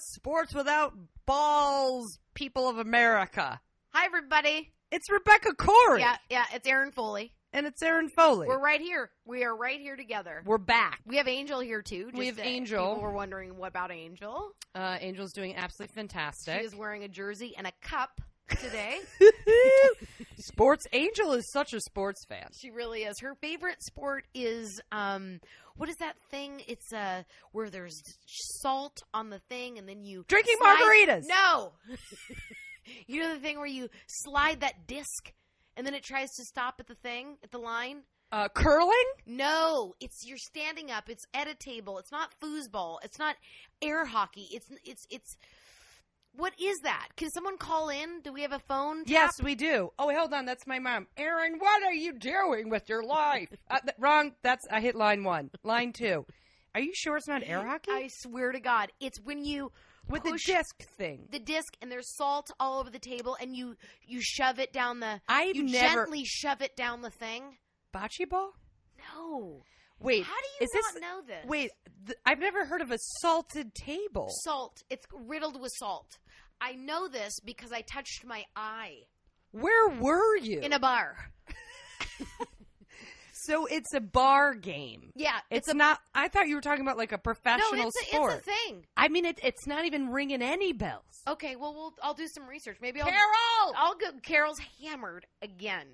Sports Without Balls, people of America. Hi, everybody. It's Rebecca Corey. Yeah, yeah, it's Aaron Foley. And it's Aaron Foley. We're right here. We are right here together. We're back. We have Angel here too. We have that Angel. People were wondering what about Angel. Uh, Angel's doing absolutely fantastic. She is wearing a jersey and a cup today. sports Angel is such a sports fan. she really is. Her favorite sport is um, what is that thing? It's uh, where there's salt on the thing and then you Drinking slide- margaritas. No, you know the thing where you slide that disc and then it tries to stop at the thing at the line. Uh, curling? No, it's you're standing up. It's at a table. It's not foosball. It's not air hockey. It's it's it's. What is that? Can someone call in? Do we have a phone? Yes, we do. Oh, hold on. That's my mom. Aaron, what are you doing with your life? uh, th- wrong. That's I hit line one. Line two. Are you sure it's not air hockey? I swear to God, it's when you with push the disc thing. the disc and there's salt all over the table, and you you shove it down the. I've You never gently shove it down the thing. bocce ball. No. Wait, How do you is not this? know this? Wait, th- I've never heard of a salted table. Salt. It's riddled with salt. I know this because I touched my eye Where were you? in a bar. so it's a bar game. Yeah, It's, not. I thought you were talking about like a no, professional it's a, sport. it's a thing. I mean, it, it's not even ringing any bells. Okay, well, we'll I'll do some research. Maybe I'll Carol, I'll go. Carol's hammered again.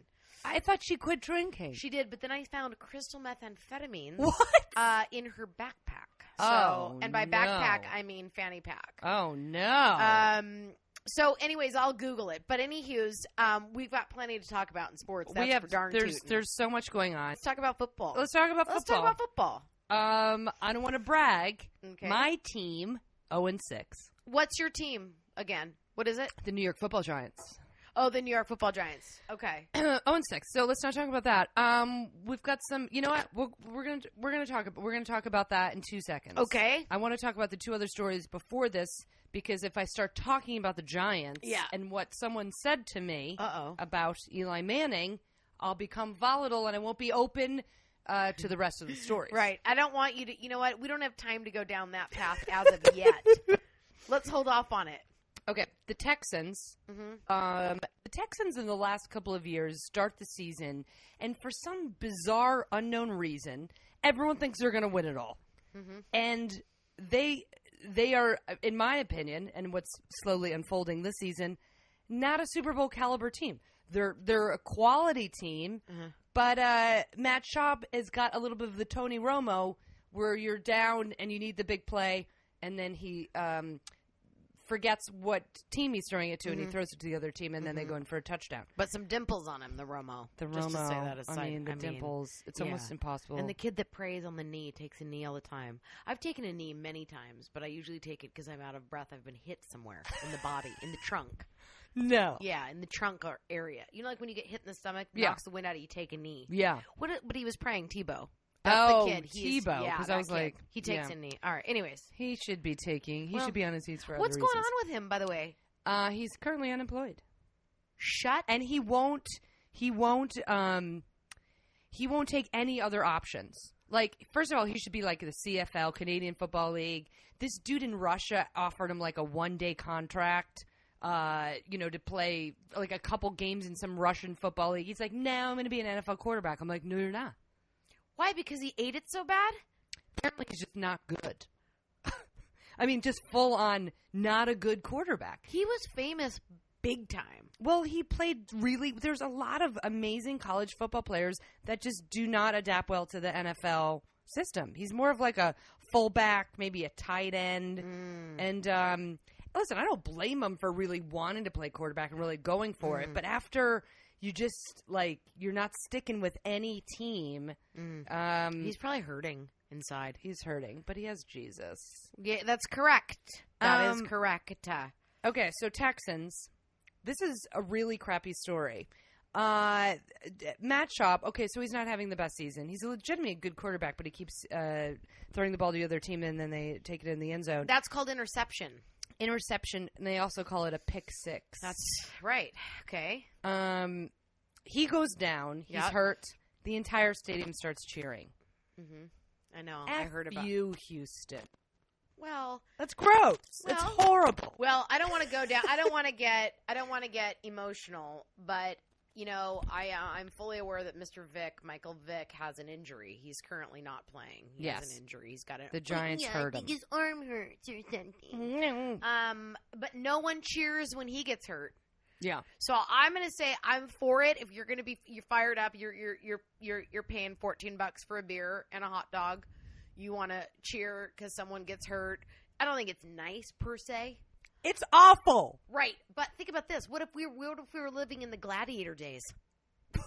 I thought she quit drinking. She did, but then I found crystal methamphetamines what? uh, in her backpack. So, Oh, and by backpack no. I mean fanny pack. Oh no. Um. So, anyways, I'll Google it. But anywhows, um, we've got plenty to talk about in sports. That's we have for darn there's tootin'. there's so much going on. Let's talk about football. Let's talk about Let's football. talk about football. um, I don't want to brag. Okay. My team, zero and six, What's your team again? What is it? the New York Football Giants. Oh, the New York Football Giants. Okay. zero and six. So let's not talk about that. Um, we've got some. You know what? We're, we're gonna we're gonna talk we're gonna talk about that in two seconds. Okay. I want to talk about the two other stories before this because if I start talking about the Giants Yeah. and what someone said to me Uh oh. about Eli Manning, I'll become volatile and I won't be open uh, to the rest of the stories. Right. I don't want you to. You know what? We don't have time to go down that path as of yet. Let's hold off on it. Okay. The Texans. hmm Um, the Texans in the last couple of years start the season, and for some bizarre, unknown reason, everyone thinks they're going to win it all. Mhm. And they they are, in my opinion, and what's slowly unfolding this season, not a Super Bowl caliber team. They're they're a quality team, Mhm. but uh, Matt Schaub has got a little bit of the Tony Romo, where you're down and you need the big play, and then he um, forgets what team he's throwing it to, Mm-hmm. and he throws it to the other team, and then they go in for a touchdown. But some dimples on him, the Romo. The Mm-hmm. Just to Romo, say that aside. I mean, the I dimples. it's yeah. almost impossible. And the kid that prays on the knee takes a knee all the time. I've taken a knee many times, but I usually take it because I'm out of breath. I've been hit somewhere in the body, in the trunk. no, Yeah, in the trunk or area. You know, like when you get hit in the stomach, Yeah. knocks the wind out of you, take a knee. yeah, What? But he was praying Tebow. That's Oh, the kid. He's- Tebow, yeah, 'cause I that was kid. like, he takes yeah. a knee. All right. Anyways, he should be taking. He Well, should be on his heels for other what's going reasons. on with him, by the way? Uh, he's currently unemployed, Shut. and he won't. He won't. Um, he won't take any other options. Like, first of all, he should be like the CFL, Canadian Football League. This dude in Russia offered him like a one-day contract. Uh, you know, to play like a couple games in some Russian football league. He's like, "No, I'm going to be an NFL quarterback." I'm like, "No, you're not." Why? Because he ate it so bad. apparently he's just not good. I mean, just full on not a good quarterback. He was famous big time. Well, he played really. There's a lot of amazing college football players that just do not adapt well to the NFL system. He's more of like a fullback, maybe a tight end. And um, listen, I don't blame him for really wanting to play quarterback and really going for it. But after you just like you're not sticking with any team, um, He's probably hurting inside. he's hurting. But he has Jesus. Yeah, that's correct. That is Um, correct. Okay, so Texans. This is a really crappy story. Uh, d- Matt Schaub. Okay, so he's not having the best season. He's a legitimately good quarterback, but he keeps uh, throwing the ball to the other team, and then they take it in the end zone. That's called interception. Interception, and they also call it a pick six. That's right. Okay. um, he goes down. He's Yep. hurt. The Mm-hmm. entire stadium starts cheering. hmm I know. I F heard about. you, Houston. Well, That's gross. it's Well- horrible. well, I don't want to go down. I don't want to get. I don't want to get emotional, but you know, I uh, I'm fully aware that Mr. Vick, Michael Vick, has an injury. He's currently not playing. He has Yes. an injury. He's got an The Giants yeah, hurt I him. Mm-hmm. think his arm hurts or something. Um, but no one cheers when he gets hurt. yeah. So I'm gonna say I'm for it. If you're gonna be you're fired up, you're you're you're you're you're paying 14 bucks for a beer and a hot dog. You want to cheer because someone gets hurt. I don't think it's nice per se. It's awful. Right, but think about this: what if we were what if we were living in the gladiator days?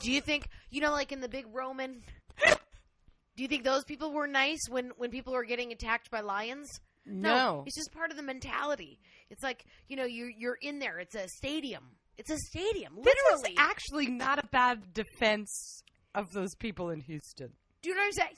Do you think you know, like in the big Roman? Do you think those people were nice when when people were getting attacked by lions? No. it's just part of the mentality. It's like you know you you're in there. It's a stadium. It's a stadium, This is literally. actually not a bad defense of those people in Houston. Do you know what I'm saying?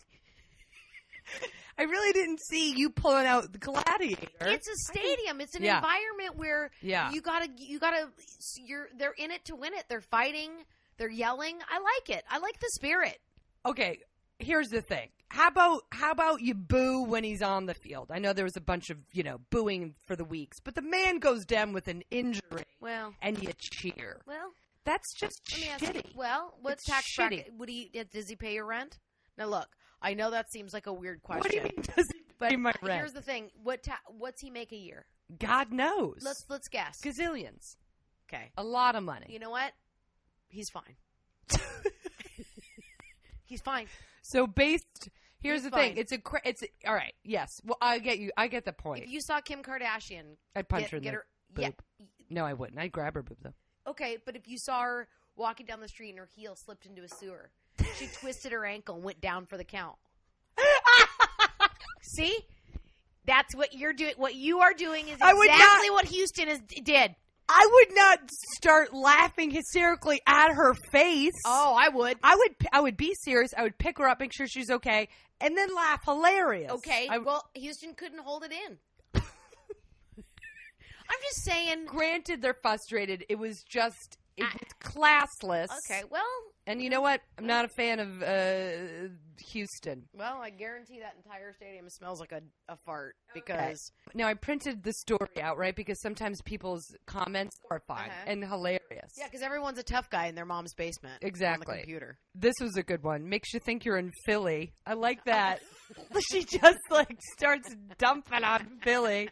I really didn't see you pulling out the gladiator. It's a stadium. It's an Yeah. environment where Yeah. you gotta you gotta you're they're in it to win it. They're fighting. They're yelling. I like it. I like the spirit. okay, here's the thing. How about how about you boo when he's on the field? I know there was a bunch of, you know, booing for the weeks, but the man goes down with an injury Well, and you cheer. well. That's just Let me ask shitty. you. Well, what It's tax shitty. bracket would he? uh, Does he pay your rent? Now look, I know that seems like a weird question, what do you mean does he but pay my here's rent? the thing: what ta- what's he make a year? God knows. Let's let's guess. Gazillions. Okay, A lot of money. you know what? He's fine. He's fine. So based here's He's the fine. thing. It's a cra- it's a, all right. Yes. Well, I get you. I get the point. If you saw Kim Kardashian, I'd punch get, her in get the her. boob. Yeah. No, I wouldn't. I'd grab her boob though. Okay, but if you saw her walking down the street and her heel slipped into a sewer, she twisted her ankle and went down for the count. See? That's what you're doing. What you are doing is I would exactly what Houston is, did. I would not start laughing hysterically at her face. Oh, I would. I would I would be serious. I would pick her up, make sure she's okay, and then laugh hilarious. Okay. I, well, Houston couldn't hold it in. I'm just saying. granted, they're frustrated. It was just it I- was classless. Ah. Okay. Well, And you know what? I'm not a fan of uh, Houston. well, I guarantee that entire stadium smells like a, a fart because Now I printed the story out right because sometimes people's comments are fine Uh-huh. and hilarious. yeah, because everyone's a tough guy in their mom's basement. On Exactly. the computer. this was a good one. Makes you think you're in Philly. I Uh-huh. like that. she just like starts dumping on Philly.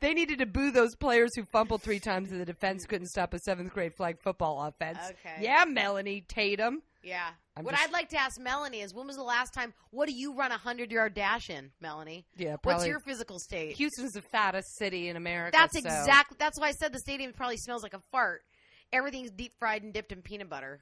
They needed to boo those players who fumbled three times and the defense couldn't stop a seventh grade flag football offense. Okay. Yeah, Melanie Tatum. Yeah. I'm what just- I'd like to ask Melanie is when was the last time, what do you run a 100 yard dash in, Melanie? Yeah, What's probably. your physical state? Houston's the fattest city in America. That's so- exactly, that's why I said the stadium probably smells like a fart. Everything's deep fried and dipped in peanut butter.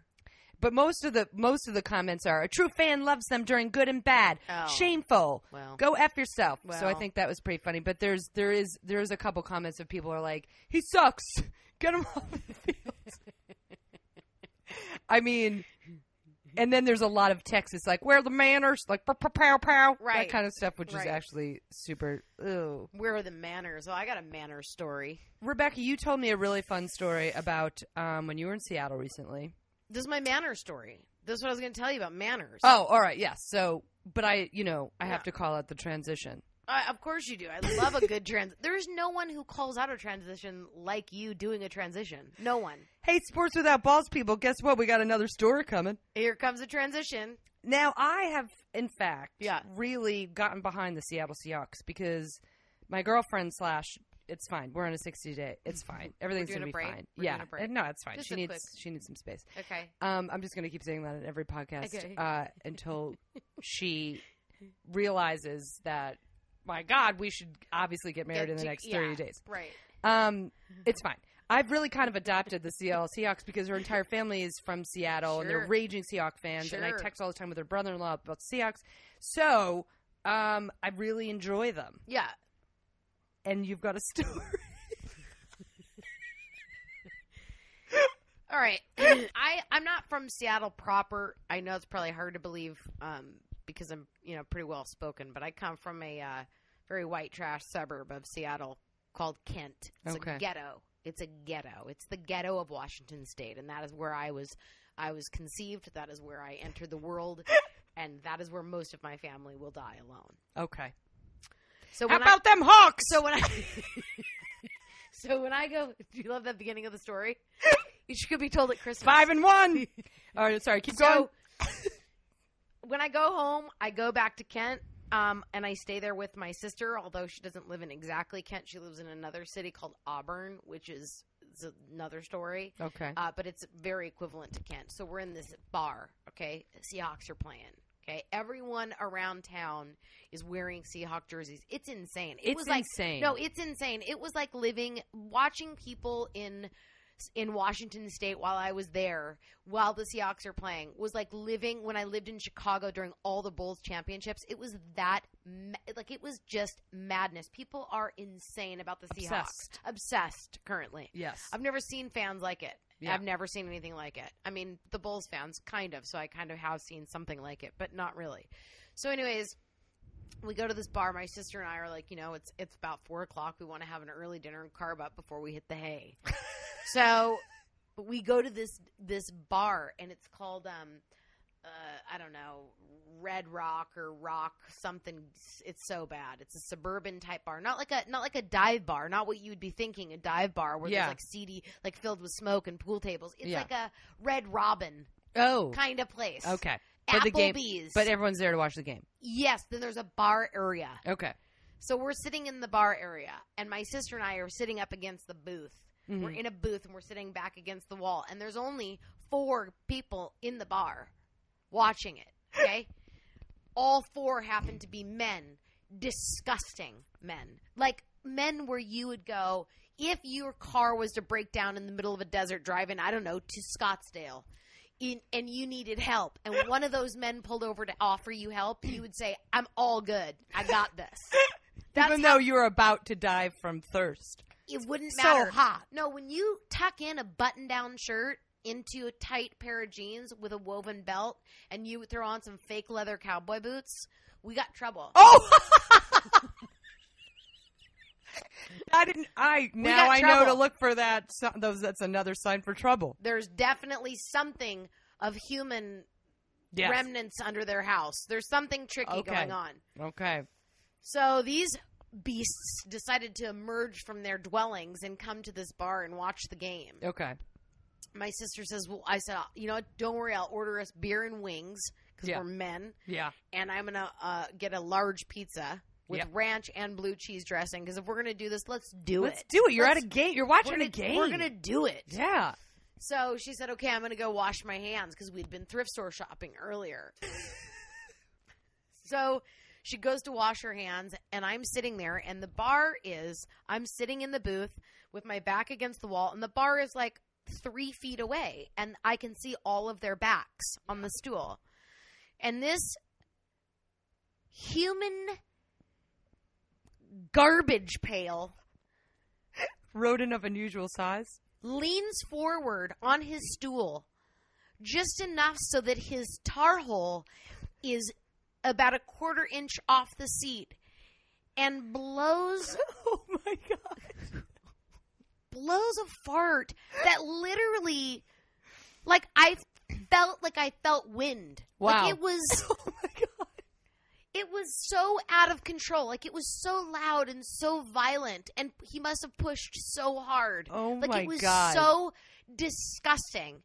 But most of the most of the comments are a true fan loves them during good and bad. Oh. Shameful. Well. Go f yourself. so I Well. think that was pretty funny. But there's there is there is a couple comments of people are like he sucks. Get him off the field. I mean, and then there's a lot of Texas like where are the manners like pow pow pow, pow that Right. kind of stuff, which Right. is actually super. Ew. Where are the manners? Oh, I got a manner story. Rebecca, you told me a really fun story about um, when you were in Seattle recently. This is my manner story. This is what I was going to tell you about manners. Oh, all right, yes. So, but I, you know, I Yeah. have to call out the transition. I, of course you do. I love a good trans. There's no one who calls out a transition like you doing a transition. No one. Hey, sports without balls, people. Guess what? We got another story coming. Here comes a transition. Now, I have, in fact, Yeah. really gotten behind the Seattle Seahawks because my girlfriend slash. It's fine. We're on a sixty day. It's fine. Everything's doing gonna a be break? fine. Mm-hmm. We're yeah. doing a break. No, it's fine. Just she a needs quick- she needs some space. Okay. Um, I'm just gonna keep saying that in every podcast Okay. uh, until she realizes that. My God, we should obviously get married in the to- next thirty yeah, days. Right. Um, it's fine. I've really kind of adopted the Seattle Seahawks because her entire family is from Seattle and Sure. they're raging Seahawks fans. And I Sure. text all the time with her brother in law about the Seahawks. So um, I really enjoy them. Yeah. And you've got a story. All right. I I'm not from Seattle proper. I know it's probably hard to believe um, because I'm you know pretty well spoken, but I come from a uh, very white trash suburb of Seattle called Kent. It's a Okay. ghetto. It's a ghetto. It's the ghetto of Washington State, and that is where I was. I was conceived. That is where I entered the world, and that is where most of my family will die alone. okay. So How when I, about them Hawks? so when I so when I go, do you love that beginning of the story? You should be told at Christmas. five and one. Or sorry, keep going. So when I go home, I go back to Kent. Um, and I stay there with my sister, although she doesn't live in exactly Kent. She lives in another city called Auburn, which is, is another story. Okay. Uh, but it's very equivalent to Kent. So we're in this bar, okay? Seahawks are playing. Okay, everyone around town is wearing Seahawk jerseys. It's insane. It It's was like insane. no, it's insane. It was like living, watching people in in Washington State while I was there, while the Seahawks are playing, was like living when I lived in Chicago during all the Bulls championships. It was that ma- like it was just madness. People are insane about the Seahawks, Obsessed. obsessed currently. yes. I've never seen fans like it. Yeah. I've never seen anything like it. I mean, the Bulls fans, kind of. So I kind of have seen something like it, but not really. So, anyways, we go to this bar. My sister and I are like, you know, it's it's about four o'clock. We want to have an early dinner and carb up before we hit the hay. so we go to this this bar, and it's called um, uh, I don't know, Red Rock or Rock something. It's so bad. It's a suburban type bar, not like a not like a dive bar, not what you would be thinking a dive bar where Yeah. there's like seedy, like filled with smoke and pool tables. It's Yeah. like a Red Robin oh. kind of place. Okay. But the game- Applebee's. But everyone's there to watch the game. yes, then there's a bar area. Okay. So we're sitting in the bar area, and my sister and I are sitting up against the booth. We're Mhm. in a booth and we're sitting back against the wall, and there's only four people in the bar watching it. Okay, all four happen to be men, disgusting men, like men where you would go if your car was to break down in the middle of a desert driving. I don't know to Scottsdale. In, and you needed help, and one of those men pulled over to offer you help, you would say, "I'm all good. I got this." That's Even how- though you're about to die from thirst. it wouldn't so matter. hot. No, when you tuck in a button down shirt into a tight pair of jeans with a woven belt and you throw on some fake leather cowboy boots, we got trouble. Oh. I didn't. I now got I know to trouble. look for that. so- Those that's another sign for trouble. There's definitely something of human Yes. remnants under their house. There's something tricky Okay. going on. okay. So these beasts decided to emerge from their dwellings and come to this bar and watch the game. Okay. My sister says, "Well, I said, you know, what? don't worry, I'll order us beer and wings because Yeah. we're men." Yeah. and I'm gonna uh, get a large pizza with Yep. ranch and blue cheese dressing. Because if we're gonna do this, let's do Let's it. do it. You're Let's- at a game. You're we're watching gonna, a game. We're gonna do it. Yeah. So she said, "Okay, I'm gonna go wash my hands because we'd been thrift store shopping earlier." so she goes to wash her hands, and I'm sitting there, and the bar is I'm sitting in the booth with my back against the wall, and the bar is like three feet away, and I can see all of their backs on the stool, and this human garbage pail Rodent of unusual size. leans forward on his stool just enough so that his tar hole is about a quarter inch off the seat and blows Oh my god. blows a fart that literally like I felt like I felt wind. Wow. Like it was Oh my god. it was so out of control. Like it was so loud and so violent and he must have pushed so hard. Oh Like my it was god. so disgusting.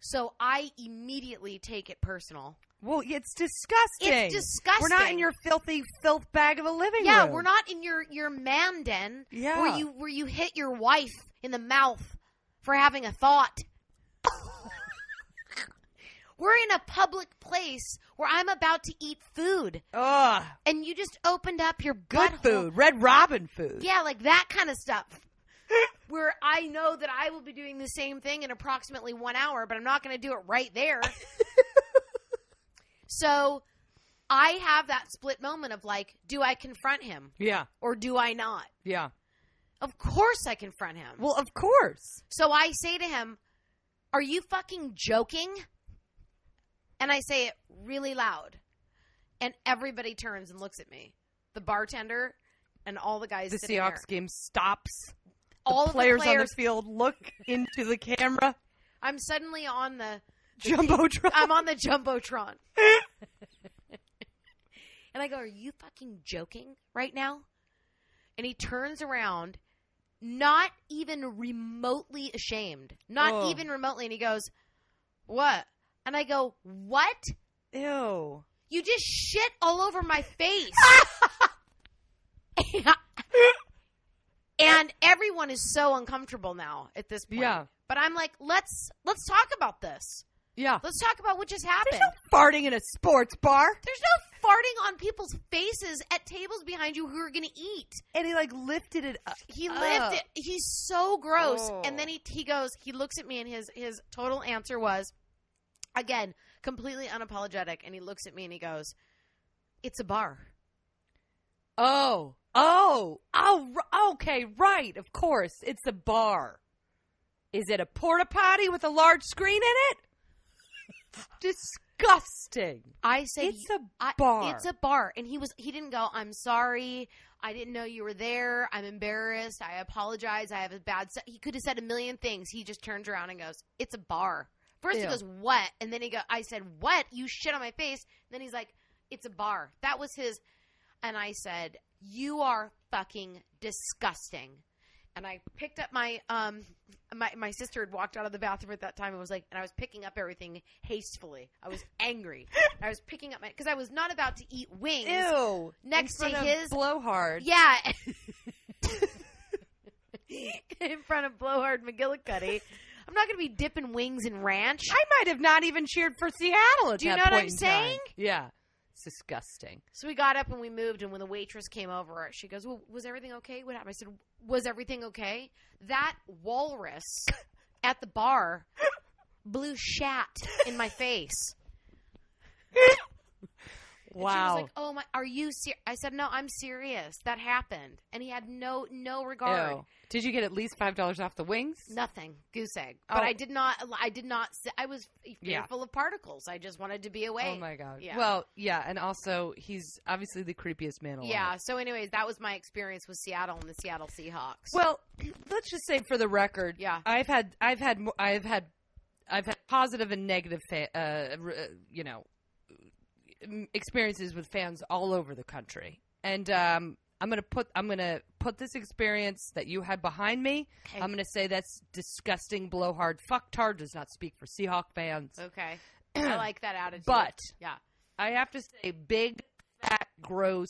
So I immediately take it personal. well, it's disgusting. It's disgusting. We're not in your filthy filth bag of a living yeah. room. We're not in your your man den Yeah. where you where you hit your wife in the mouth for having a thought. we're in a public place where I'm about to eat food, Ugh. and you just opened up your Good butthole. food. Red Robin food. Yeah, like that kind of stuff. Where I know that I will be doing the same thing in approximately one hour, but I'm not going to do it right there. so I have that split moment of like, do I confront him Yeah. or do I not? Yeah. Of course I confront him. Well, uh of course. so I say to him, Are you fucking joking? And I say it really loud. And everybody turns and looks at me. The bartender and all the guys The sitting there. Seahawks game stops. The all of players, the on the field look into the camera. I'm suddenly on the um, Jumbotron. I'm on the jumbotron. And I go, Are you fucking joking right now? And he turns around, not even remotely ashamed, not Oh. even remotely. And he goes, What? And I go, What? Ew. You just shit all over my face. and everyone is so uncomfortable now at this point. Yeah. But I'm like, let's let's talk about this. Yeah. Let's talk about what just happened. Farting in a sports bar. There's no farting on people's faces at tables behind you who are going to eat. And he like lifted it up. He Ugh. lived it. He's so gross. Oh. And then he he goes. He looks at me, and his his total answer was, again, completely unapologetic. And he looks at me, and he goes, "It's a bar." Oh. Oh. Oh. r- Okay. Right. Of course. It's a bar. Is it a porta potty with a large screen in it? Disgusting. I say It's a I- bar. It's a bar, and he was he didn't go. I'm sorry. I didn't know you were there. I'm embarrassed. I apologize. I have a bad. Se-. He could have said a million things. He just turns around and goes, "It's a bar." First he Ew. goes, "What?" And then he go, "I said what? You shit on my face." then he's like, "It's a bar." That was his. And I said, "You are fucking disgusting." And I picked up my um my my sister had walked out of the bathroom at that time and was like, and I was picking up everything hastily. I was angry. I was picking up my because I was not about to eat wings. Ew. Next In to front of his- blowhard. Yeah. in front of Blowhard McGillicuddy. I'm not going to be dipping wings in ranch. I might have not even cheered for Seattle at Do you that know what point I'm in saying? time. Yeah. It's disgusting. So we got up and we moved, and when the waitress came over, she goes, "Well, was everything okay? What happened?" I said, "Was everything okay?" That walrus at the bar blew shat in my face. And she was Wow. like, "Oh my, are you?" Ser-? I said, "No, I'm serious. That happened." And he had no no regard. Ew. Did you get at least five dollars off the wings? Nothing, goose egg. But Oh. I did not. I did not. s- I was e, Yeah. fearful of particles. I just wanted to be away. Oh my god. Yeah. Well, yeah, and also he's obviously the creepiest man alive. yeah. So, anyways, that was my experience with Seattle and the Seattle Seahawks. Well, let's just say for the record, Yeah. I've had, I've had, mo- I've had, I've had positive and negative, fa- uh, r- uh, you know, m- experiences with fans all over the country, and um, I'm gonna put, I'm gonna put this experience that you had behind me. Okay. I'm gonna say that's disgusting, blowhard, fucktard does not speak for Seahawk fans. okay, I like that attitude. But yeah, I have to say, big, fat, gross,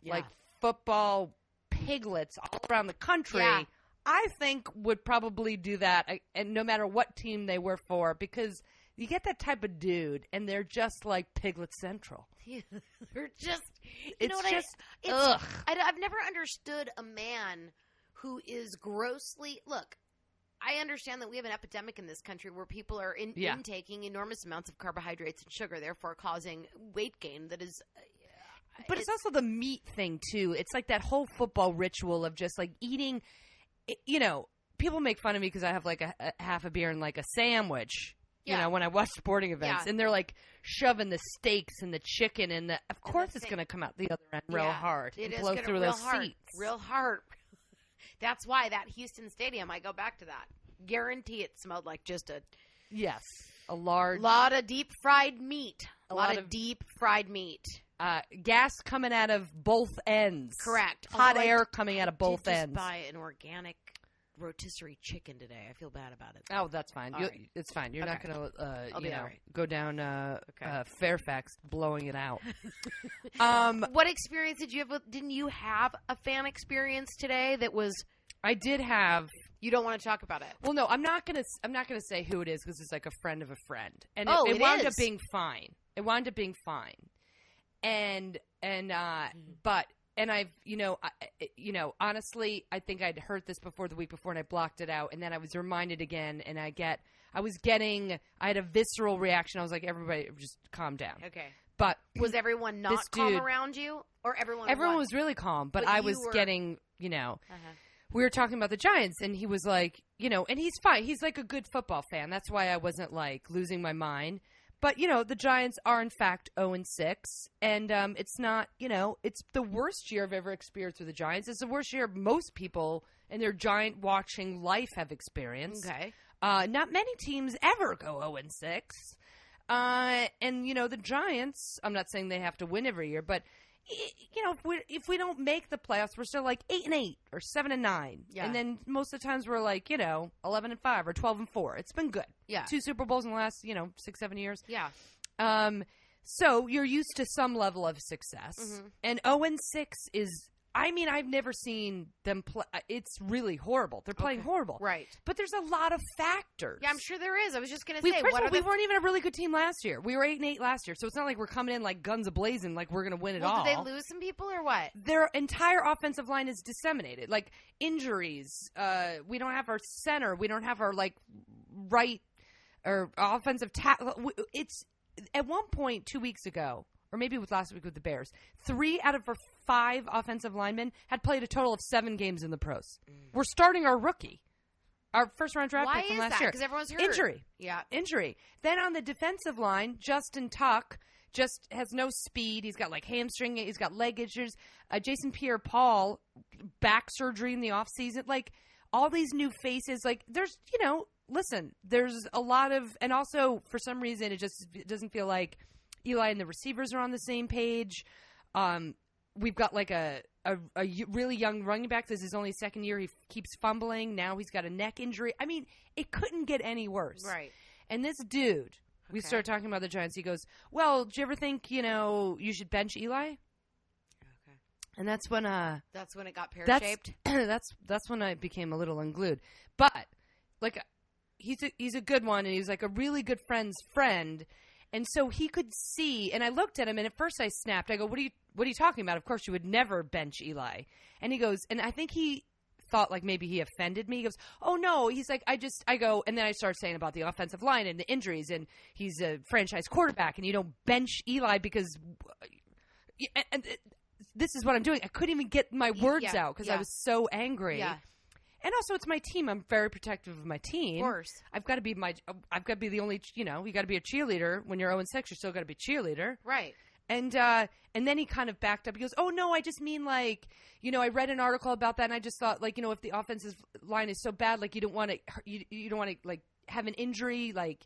Yeah. like football piglets all around the country. Yeah. I think would probably do that, I- and no matter what team they were for, because you get that type of dude, and they're just like piglet central. they're just. You It's know what just- I? It's, Ugh. I, have never understood a man who is grossly look. I understand that we have an epidemic in this country where people are in, Yeah. intaking enormous amounts of carbohydrates and sugar, therefore causing weight gain that is. uh, But it's, also the meat thing too. It's like that whole football ritual of just like eating. i- You know, people make fun of me because I have like a, a half a beer and like a sandwich. You Yeah. know, when I watch sporting events, Yeah. and they're like shoving the steaks and the chicken, and the of course it's thing- going to come out the other end real Yeah, hard it and is blow gonna- through real those hard, seats. real hard. That's why that Houston stadium. I go back to that. Guarantee it smelled like just a yes, a large lot of deep fried meat. A, A lot, lot of of- deep fried meat. uh, gas coming out of both ends. Correct. hot Although I air d- coming out of Did both just ends. buy an organic rotisserie chicken today. I feel bad about it. Oh, that's fine. All You, right. It's fine. You're Okay. not going to, uh, I'll you be all know, right. go down uh, Okay. uh, Fairfax blowing it out. um, What experience did you have? With, didn't you have a fan experience today that was? I did have. You don't want to talk about it. Well, no, I'm not gonna. I'm not gonna say who it is because it's like a friend of a friend, and Oh, it, it wound up is. being fine. It wound up being fine, and and uh, but and I've you know I, I- you know honestly I think I'd heard this before the week before and I blocked it out and then I was reminded again and I get I was getting I had a visceral reaction I was like everybody just calm down Okay. but Was everyone not This calm dude- around you, or everyone? everyone won? was really calm but, But I you was were- getting you know Uh-huh. we were talking about the Giants, and he was like, you know, and he's fine. He's like a good football fan. That's why I wasn't like losing my mind. But you know, the Giants are in fact zero and six, and um, it's not, you know, it's the worst year I've ever experienced with the Giants. It's the worst year most people in their Giant watching life have experienced. Okay. Uh, not many teams ever go 0 and 6. Uh, and, you know, the Giants, I'm not saying they have to win every year, but i- you know, if we if we don't make the playoffs, we're still like eight and eight or seven and nine, Yeah. and then most of the times we're like you know eleven and five or twelve and four. It's been good. Yeah. Two Super Bowls in the last you know six seven years. Yeah. Um, so you're used to some level of success, Mhm. and zero and six is. I mean, I've never seen them play. It's really horrible. They're playing Okay. horrible, Right. but there's a lot of factors. Yeah, I'm sure there is. I was just gonna We, say, first of what all, are we the weren't even a really good team last year. We were eight and eight last year, so it's not like we're coming in like guns a blazing, like we're going to win it all well, did they lose some people or what? their entire offensive line is disseminated. Like injuries, uh, we don't have our center, we don't have our like right or offensive tackle. It's at one point two weeks ago, or maybe it was last week with the Bears. Three out of our five offensive linemen had played a total of seven games in the pros. We're starting our rookie, our first round draft Mm. Why pick from is last that? year, Because everyone's hurt. injury Yeah. uh, injury. Then on the defensive line, Justin Tuck just has no speed. He's got like hamstring, he's got leg issues. Uh, Jason Pierre Paul, back surgery in the offseason. Like all these new faces, like there's, you know, listen, there's a lot of, and also for some reason, it just it doesn't feel like Eli and the receivers are on the same page. Um, we've got like a, a, a y- really young running back. This is only his second year. He f- keeps fumbling. Now he's got a neck injury. I mean, it couldn't get any worse. Right. And this dude, we Okay. start talking about the Giants. He goes, "Well, do you ever think you know you should bench Eli?" Okay. And that's when uh, That's when it got pear that's shaped. that's that's when I became a little unglued. But like, he's a, he's a good one, and he was like a really good friend's friend, and so he could see. And I looked at him, and at first I snapped. I go, "What are you What are you talking about? Of course you would never bench Eli." And he goes, and I think he thought like maybe he offended me. He goes, "Oh no." He's like, "I just I go," and then I start saying about the offensive line and the injuries, and he's a franchise quarterback, and you don't bench Eli because. And, and uh, this is what I'm doing. I couldn't even get my Y- words out 'cause yeah, out because I yeah. was so angry. Yeah. And also, it's my team. I'm very protective of my team. Of course. I've got to be my. I've got to be the only. You know, you got to be a cheerleader when you're 0 and 6. You're still got to be a cheerleader. Right. And uh, and then he kind of backed up. He goes, "Oh no, I just mean like, you know, I read an article about that, and I just thought like, you know, if the offensive line is so bad, like you don't want to, you, you don't want to like have an injury, like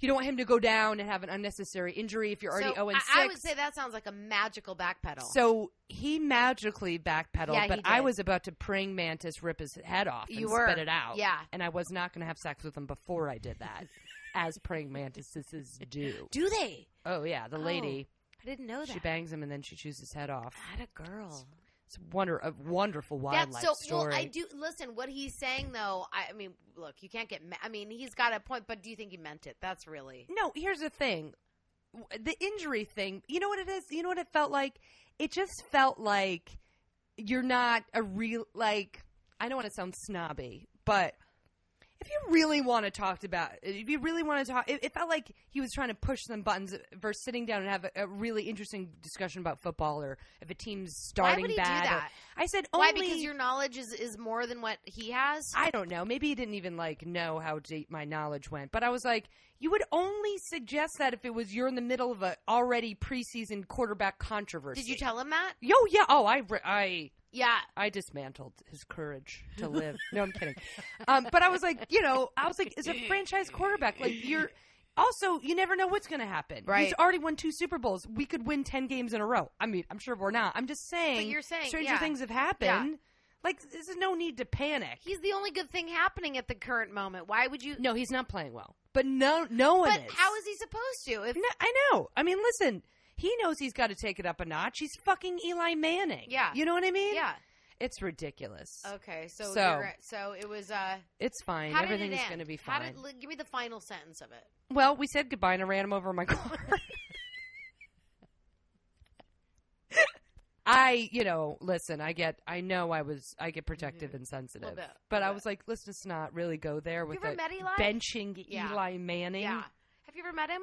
you don't want him to go down and have an unnecessary injury if you're already so 0 and 6. I, I would say that sounds like a magical backpedal. So he magically backpedaled, Yeah, he but I did. was about to praying mantis rip his head off and You were. spit it out. Yeah. And I was not going to have sex with him before I did that, as praying mantises do. do they? Oh, yeah. The Oh, lady, I didn't know that. she bangs him and then she chews his head off. Had a girl. It's wonder, a wonderful wildlife That's so. story. Well, I do listen. What he's saying, though, I, I mean, look, you can't get. Ma- I mean, he's got a point, but do you think he meant it? That's really. No, here's the thing. W- The injury thing, you know what it is? You know what it felt like? It just felt like you're not a real like I don't want to sound snobby, but if you really want to talk about if you really want to talk it, it felt like he was trying to push some buttons versus sitting down and have a, a really interesting discussion about football or if a team's Why starting would he do bad. or- that? I said only Why? Because your knowledge is is more than what he has. I don't know. Maybe he didn't even like know how deep my knowledge went, but I was like, you would only suggest that if it was you're in the middle of a already preseason quarterback controversy. Did you tell him that? Yo, yeah. Oh, I, re- I, Yeah. I dismantled his courage to live. no, I'm kidding. Um, but I was like, you know, I was like, as a franchise quarterback, like you're. Also, you never know what's going to happen. He's Right. already won two Super Bowls. We could win ten games in a row. I mean, I'm sure we're not. I'm just saying. you're saying, stranger yeah. things have happened. Like, there's no need to panic. He's the only good thing happening at the current moment. Why would you? No, he's not playing well. But no, no one but is. how is he supposed to? If No, I know. I mean, listen. He knows he's got to take it up a notch. He's fucking Eli Manning. Yeah. you know what I mean. yeah. it's ridiculous. Okay. So So- you're- so it was. Uh, It's fine. how Everything's did it going end? to be How fine. did- li- give me the final sentence of it. well, we said goodbye and I ran him over in my car. I, you know, listen. I get. I know. I was. I get protective and sensitive. bit, but I Mm-hmm. little was like, let's just not really go there with you ever it. met Eli? benching Yeah. Eli Manning. Yeah. Have you ever met him?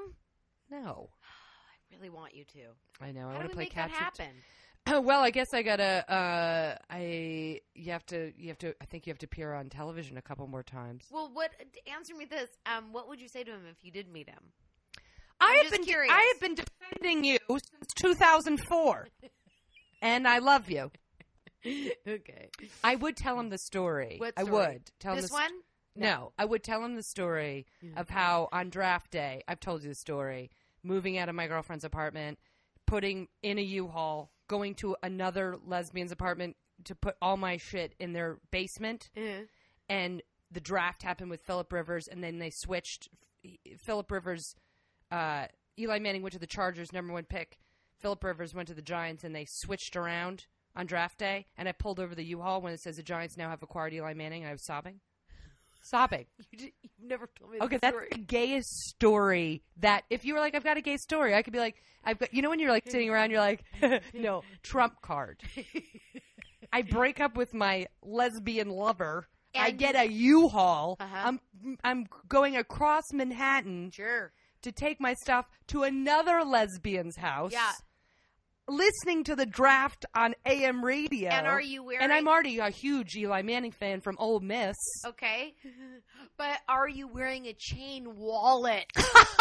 No, I really want you to. I know. I How want do to we play make that catch with happen? Oh, well, I guess I gotta. Uh, I you have to you have to. I think you have to appear on television a couple more times. Well, what? Answer me this. Um, what would you say to him if you did meet him? I have just been. curious. I have been defending you since 2004, and I love you. okay. I would tell him the story. What I story? would tell him This the st- one? Mm. No, I would tell him the story of how on draft day I've told you the story. Moving out of my girlfriend's apartment, putting in a U-Haul, going to another lesbian's apartment to put all my shit in their basement. And the draft happened with Philip Rivers, and then they switched. Philip Rivers, uh, Eli Manning went to the Chargers, number one pick. Philip Rivers went to the Giants, and they switched around on draft day. And I pulled over the U-Haul when it says the Giants now have acquired Eli Manning. And I was sobbing, sobbing. You just, you've never told me. Okay, that that's story. the gayest story. That if you were like, I've got a gay story, I could be like, I've got. You know when you're like sitting around, you're like, no, Trump card. I break up with my lesbian lover. I And- get a U-Haul. Uh-huh. I'm I'm going across Manhattan sure. to take my stuff to another lesbian's house. Yeah. Listening to the draft on AM radio. And are you wearing? And I'm already a huge Eli Manning fan from Ole Miss. okay, but are you wearing a chain wallet?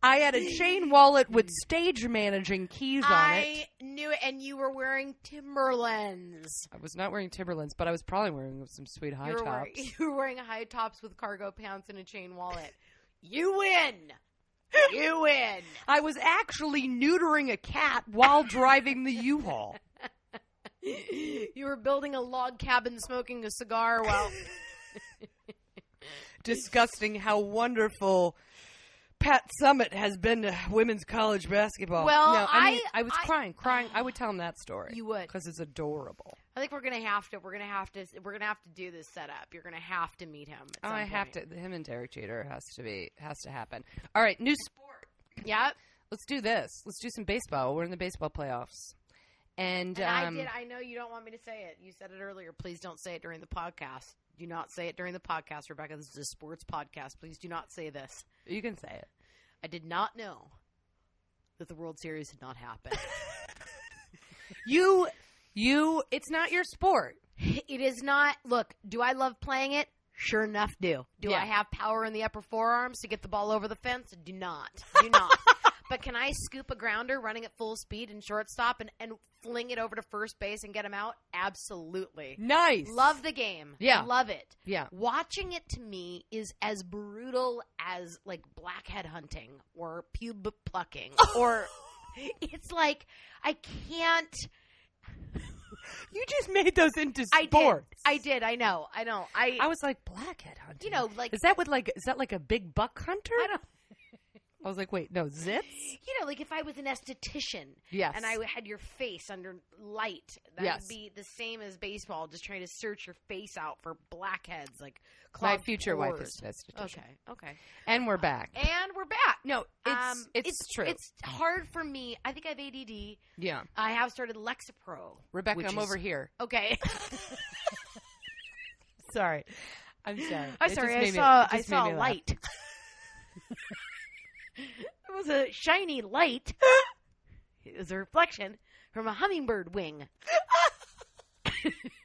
I had a chain wallet with stage managing keys on it. I knew it, and you were wearing Timberlands. I was not wearing Timberlands, but I was probably wearing some sweet high you were tops. wearing, you were wearing high tops with cargo pants and a chain wallet. You win. You win. I was actually neutering a cat while driving the U-Haul. You were building a log cabin, smoking a cigar while Discussing how wonderful Pat Summit has been to women's college basketball. Well, no, I, mean, I- I was I- crying, crying. I would tell him that story. you would. because it's adorable. I think we're gonna have to. We're gonna have to. We're gonna have to do this setup. You're gonna have to meet him. at some Oh, I have to. point. Him and Derek Jeter has to be has to happen. All right, new sport. Yep. Let's do this. Let's do some baseball. We're in the baseball playoffs, and, And I um, did. I know you don't want me to say it. You said it earlier. Please don't say it during the podcast. Do not say it during the podcast, Rebecca. This is a sports podcast. Please do not say this. you can say it. I did not know that the World Series had not happened. You, you. It's not your sport. it is not. Look, do I love playing it? Sure enough, do. Do Yeah. I have power in the upper forearms to get the ball over the fence? Do not. Do not. but can I scoop a grounder running at full speed and shortstop and, and fling it over to first base and get him out? Absolutely. Nice. Love the game. Yeah. Love it. Yeah. Watching it to me is as brutal as like blackhead hunting or pub plucking or it's like I can't You just made those into I did. sports. I did. I know. I know. I, I was like blackhead hunting. you know like is that with like is that like a big buck hunter? I don't I was like, wait, no zits. you know like if I was an esthetician Yes. and I had your face under light that Yes. would be the same as baseball just trying to search your face out for blackheads like my clogged future wife pores. is an esthetician. Okay. Okay. And we're back. And we're back. no, it's Um, it's, true. It's hard for me. I think I have ADD. yeah, I have started Lexapro. Rebecca, which I'm is- over here. Okay. Sorry. I'm sorry. I'm It sorry. just I made me- saw. it I just saw made a me laugh. light. there was a shiny light. it was a reflection from a hummingbird wing.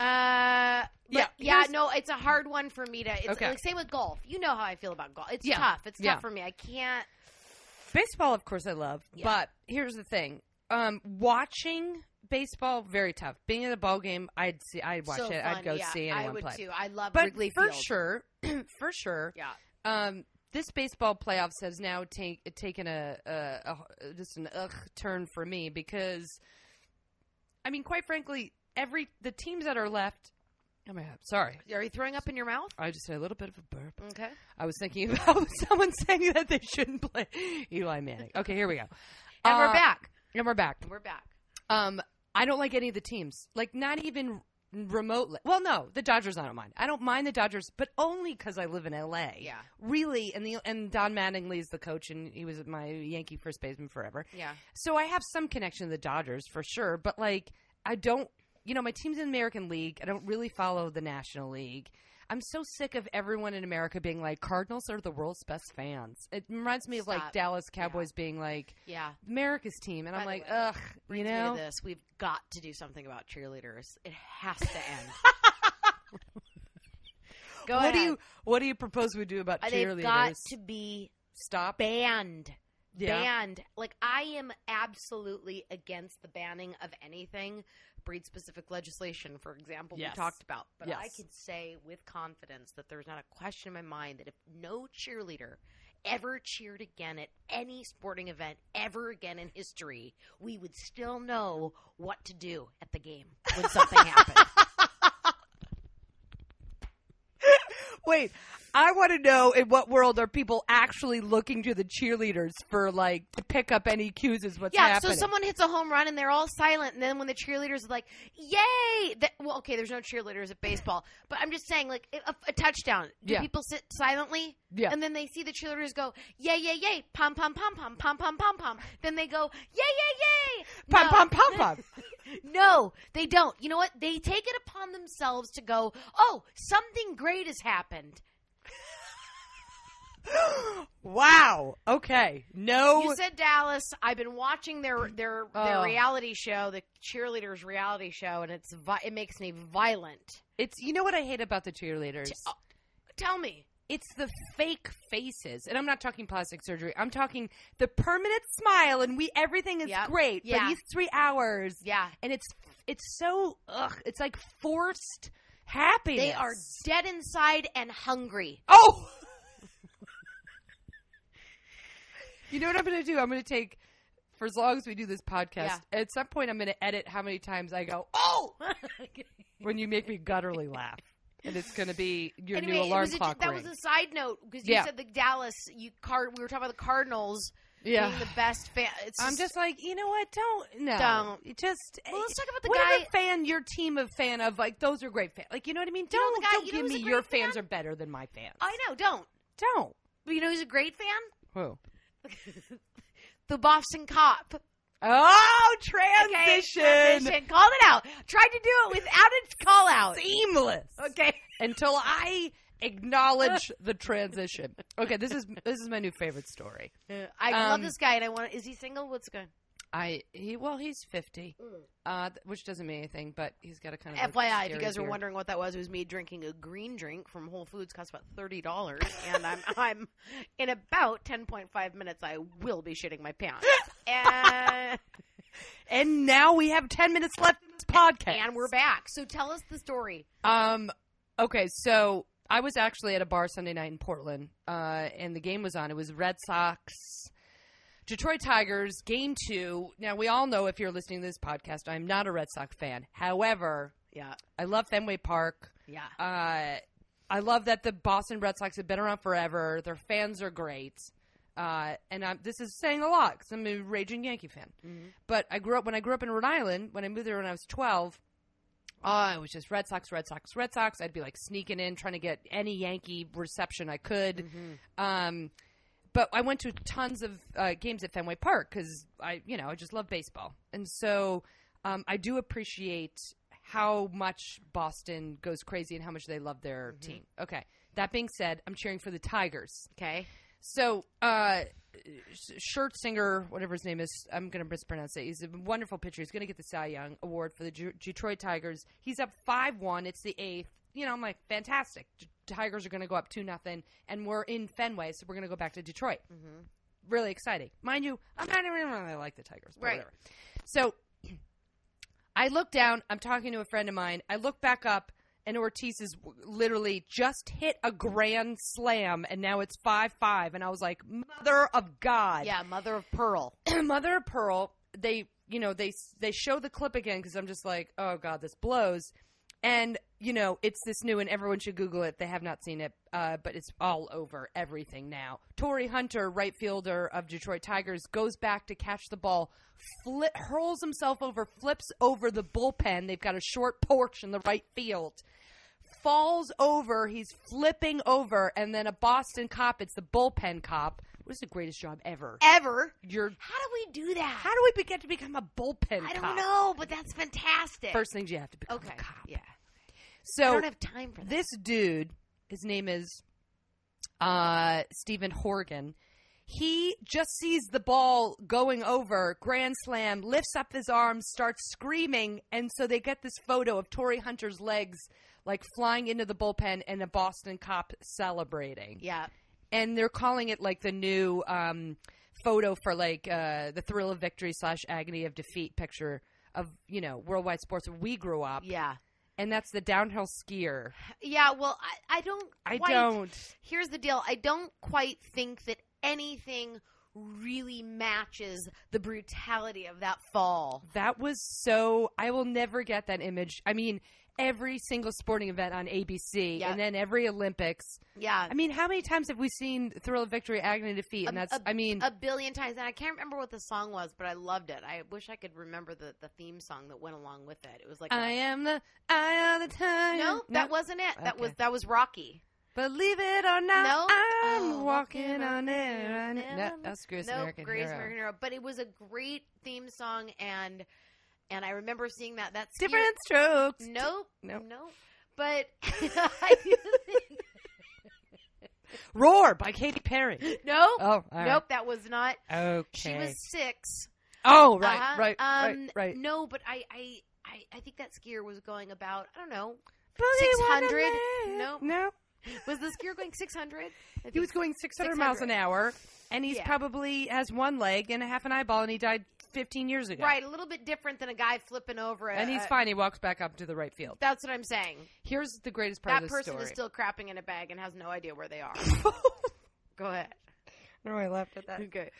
uh, Yeah, yeah, yeah. here's- No, it's a hard one for me to. It's Okay. like same with golf. You know how I feel about golf. It's Yeah. tough. It's tough Yeah. for me. I can't. Baseball, of course, I love. Yeah. But here's the thing: um, watching baseball very tough. Being at a ball game, I'd see, I'd watch so it, fun. I'd go yeah, see I anyone would play. too. I love But Wrigley for Field. sure, for sure, Yeah. um, this baseball playoffs has now take, taken a, a, a just an ugh turn for me because, I mean, quite frankly, every the teams that are left. Oh my god! Sorry, Are you throwing up in your mouth? I just had a little bit of a burp. Okay. I was thinking about someone saying that they shouldn't play Eli Manning. Okay, here we go. And Uh, we're back. And we're back. We're back. Um, I don't like any of the teams. Like, not even remotely. Well, no, the Dodgers. I don't mind. I don't mind the Dodgers, but only because I live in L.A. Yeah. really. And the and Don Mattingly is the coach, and he was my Yankee first baseman forever. Yeah. So I have some connection to the Dodgers for sure, but like I don't, you know, my team's in the American League. I don't really follow the National League. I'm so sick of everyone in America being like Cardinals are the world's best fans. It reminds me of like Stop. Dallas Cowboys being like Yeah. America's team, and By I'm the like, way, ugh, you brings me to know, this. We've got to do something about cheerleaders. It has to end. Go what ahead. do you what do you propose we do about Uh, They've cheerleaders? got to be Stop. banned. Yeah. Banned. Like I am absolutely against the banning of anything, breed specific legislation, for example, Yes. we talked about. But I Yes. could say with confidence that there's not a question in my mind that if no cheerleader ever cheered again at any sporting event ever again in history, we would still know what to do at the game when something happened. Wait, I want to know in what world are people actually looking to the cheerleaders for like to pick up any cues as what's Yeah, happening? so someone hits a home run and they're all silent, and then when the cheerleaders are like, "Yay!" That, well, okay, there's no cheerleaders at baseball, but I'm just saying, like a, a touchdown. Do Yeah. people sit silently? Yeah. And then they see the cheerleaders go, "Yay, yay, yay!" Pom pom pom pom pom pom pom pom. Then they go, "Yay, yay, yay!" pom No. pom pom pom. No, they don't. You know what? They take it upon themselves to go, "Oh, something great has happened." wow. Okay. No. You said Dallas. I've been watching their their, their Oh. reality show, the cheerleaders reality show, and it's vi- it makes me violent. it's you know what I hate about the cheerleaders. T- uh, tell me, It's the fake faces, and I'm not talking plastic surgery. I'm talking the permanent smile, and we everything is Yep. great Yeah. for these three hours. yeah, and it's it's so ugh. It's like forced happiness. they are dead inside and hungry. Oh. you know what I'm going to do? I'm going to take for as long as we do this podcast. Yeah. At some point, I'm going to edit how many times I go Oh, when you make me gutturally laugh, and it's going to be your anyway, new it alarm was a- clock that ring. was a side note because you Yeah. said the Dallas. You card. We were talking about the Cardinals yeah. being the best fan. It's I'm just like, you know what? Don't no. Don't. You Just Well, let's talk about the whatever guy. fan your team of fan of like those are great fans. Like you know what I mean? You know Don't the guy- don't you know give who's me a great your fans fan? are better than my fans. I know. Don't. don't. But you know who's a great fan? Who? The Boston Cop. Oh, Okay, transition. transition. Called it out. Tried to do it without a call out. Seamless. Okay. until I acknowledge the transition. Okay, this is this is my new favorite story. I love Um, this guy, and I want. Is he single? What's good? I he well he's fifty, uh, th- which doesn't mean anything, but he's got a kind of a FYI, if you Uh, scary guys are beard. wondering what that was, it was me drinking a green drink from Whole Foods. Cost about thirty dollars, and I'm I'm in about ten point five minutes. I will be shitting my pants, and, And now we have ten minutes left in this podcast, and we're back. So tell us the story. Um, okay, so I was actually at a bar Sunday night in Portland, uh, and the game was on. It was Red Sox, Detroit Tigers, game two. Now, we all know if you're listening to this podcast, I'm not a Red Sox fan. However, Yeah, I love Fenway Park. yeah. Uh, I love that the Boston Red Sox have been around forever. Their fans are great. Uh, and i this is saying a lot because I'm a raging Yankee fan. But I grew up when I grew up in Rhode Island. When I moved there when I was twelve, uh, it was just Red Sox, Red Sox, Red Sox. I'd be like sneaking in, trying to get any Yankee reception I could. Um, but I went to tons of uh, games at Fenway Park because I, you know, I just love baseball, and so um, I do appreciate how much Boston goes crazy and how much they love their team. Okay, that being said, I'm cheering for the Tigers. Okay. So, uh, Shirt Singer, whatever his name is, I'm going to mispronounce it. He's a wonderful pitcher. He's going to get the Cy Young Award for the Ju- Detroit Tigers. He's up 5 1. It's the eighth. You know, I'm like, fantastic. D- Tigers are going to go up 2 nothing, and we're in Fenway, so we're going to go back to Detroit. Really exciting. Mind you, I'm not even really like the Tigers. But Right. Whatever. So, I look down. I'm talking to a friend of mine. I look back up, and Ortiz is w- literally just hit a grand slam, and now it's five five. And I was like, "Mother of God!" Yeah, mother of pearl. Mother of Pearl. They, you know, they they show the clip again because I'm just like, "Oh God, this blows." And you know, it's this new, and everyone should Google it. They have not seen it, uh, but it's all over everything now. Tori Hunter, right fielder of Detroit Tigers, goes back to catch the ball, fli hurls himself over, flips over the bullpen. They've got a short porch in the right field falls over. He's flipping over, and then a Boston cop. It's the bullpen cop. What is the greatest job ever? Ever? You're. How do we do that? How do we be- get to become a bullpen? I don't cop? know, but that's fantastic. First things you have to become okay. a cop. Yeah. I So don't have time for that. this dude, his name is uh, Stephen Horgan. He just sees the ball going over, grand slam, lifts up his arms, starts screaming, and so they get this photo of Tory Hunter's legs like flying into the bullpen and a Boston cop celebrating. yeah. and they're calling it like the new um, photo for like uh, the thrill of victory slash agony of defeat picture of you know worldwide sports where we grew up, Yeah. and that's the downhill skier. Yeah, well, I, I don't I quite- don't. Here's the deal. I don't quite think that anything really matches the brutality of that fall. That was so. I will never get that image. I mean, every single sporting event on ABC, Yeah. and then every Olympics. Yeah. I mean, how many times have we seen Thrill of Victory, Agony of Defeat? And A- that's. I mean, a billion times and i can't remember what the song was but i loved it i wish i could remember the, the theme song that went along with it it was like a- I am the eye of the time. no that wasn't it that was Okay. that was rocky Believe it or not, No? I'm Oh, walking on walking on air. On air, air. on No, air. that's Greatest no American greatest Hero. american hero but it was a great theme song and and i remember seeing that that's Different strokes. nope Nope. nope but I do think- Roar by Katy Perry. nope Oh, all right. nope that was not Okay. she was six oh, right, Uh-huh. right, um, right, right. no but i i I, I think that skier was going about I don't know Boogie wanna 600? live. Nope. No. was the skier going 600 He was going 600, miles an hour, and he's Yeah. probably has one leg and a half an eyeball, and he died 15 years ago. Right, Uh, a little bit different than a guy flipping over. A, And he's a- fine. He walks back up to the right field. That's what I'm saying. Here's the greatest part that of the person story. is still crapping in a bag and has no idea where they are. Go ahead. no, I laughed at that. Okay.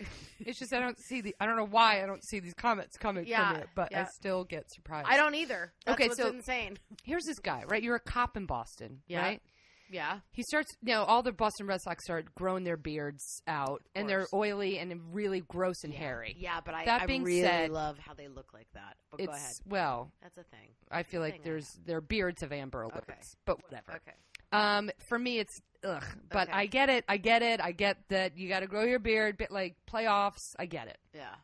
It's just I don't see the I don't know why I don't see these comments coming Yeah, from it, but I yeah. still get surprised. I don't either. That's Okay, what's so- insane. Here's this guy, right? You're a cop in Boston, Yeah. right? Yeah. He starts now. All the Boston Red Sox start growing their beards out, and they're course. oily and really gross and hairy. Yeah, but I, That I being really said, love how they look like that. But It's go ahead. well, That's a thing. I feel like Thing I there's their beards of Amber Alerts, Okay. but whatever. Okay. Um, for me, it's ugh. But Okay. I get it. I get it. I get that you got to grow your beard, but like playoffs, I get it. Yeah.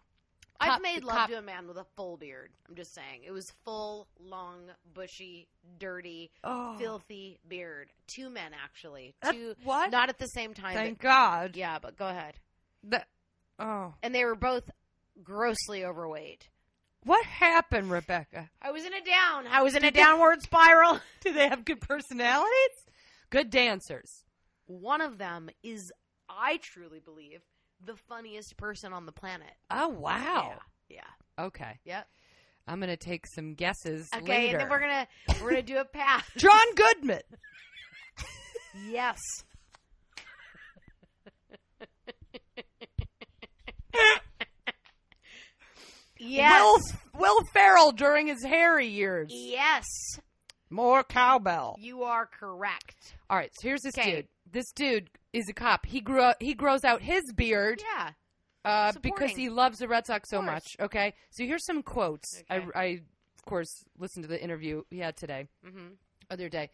Cop- I've made love cop- to a man with a full beard. I'm just saying. It was full, long, bushy, dirty, Oh, filthy beard. Two men, actually. that- Two. what? Not at the same time. but- Thank God. yeah, but go ahead. That, oh, and they were both grossly overweight. what happened, Rebecca? I was in a down. I was in a downward spiral. Do they have good personalities? Good dancers. One of them is, I truly believe, the funniest person on the planet. Oh wow. Yeah. Okay, Yeah. Yep. I'm gonna take some guesses Okay, later. and then we're gonna we're gonna do a path. John Goodman. yes. yes. Will Will Ferrell during his hairy years. yes. More cowbell. You are correct. All right, so here's this 'Kay. dude. This dude is a cop. He grew up, he grows out his beard Yeah. uh, because supporting. he loves the Red Sox so course. much. Okay, so here's some quotes. I, Okay. I of course listened to the interview he had today, Mm-hmm. other day,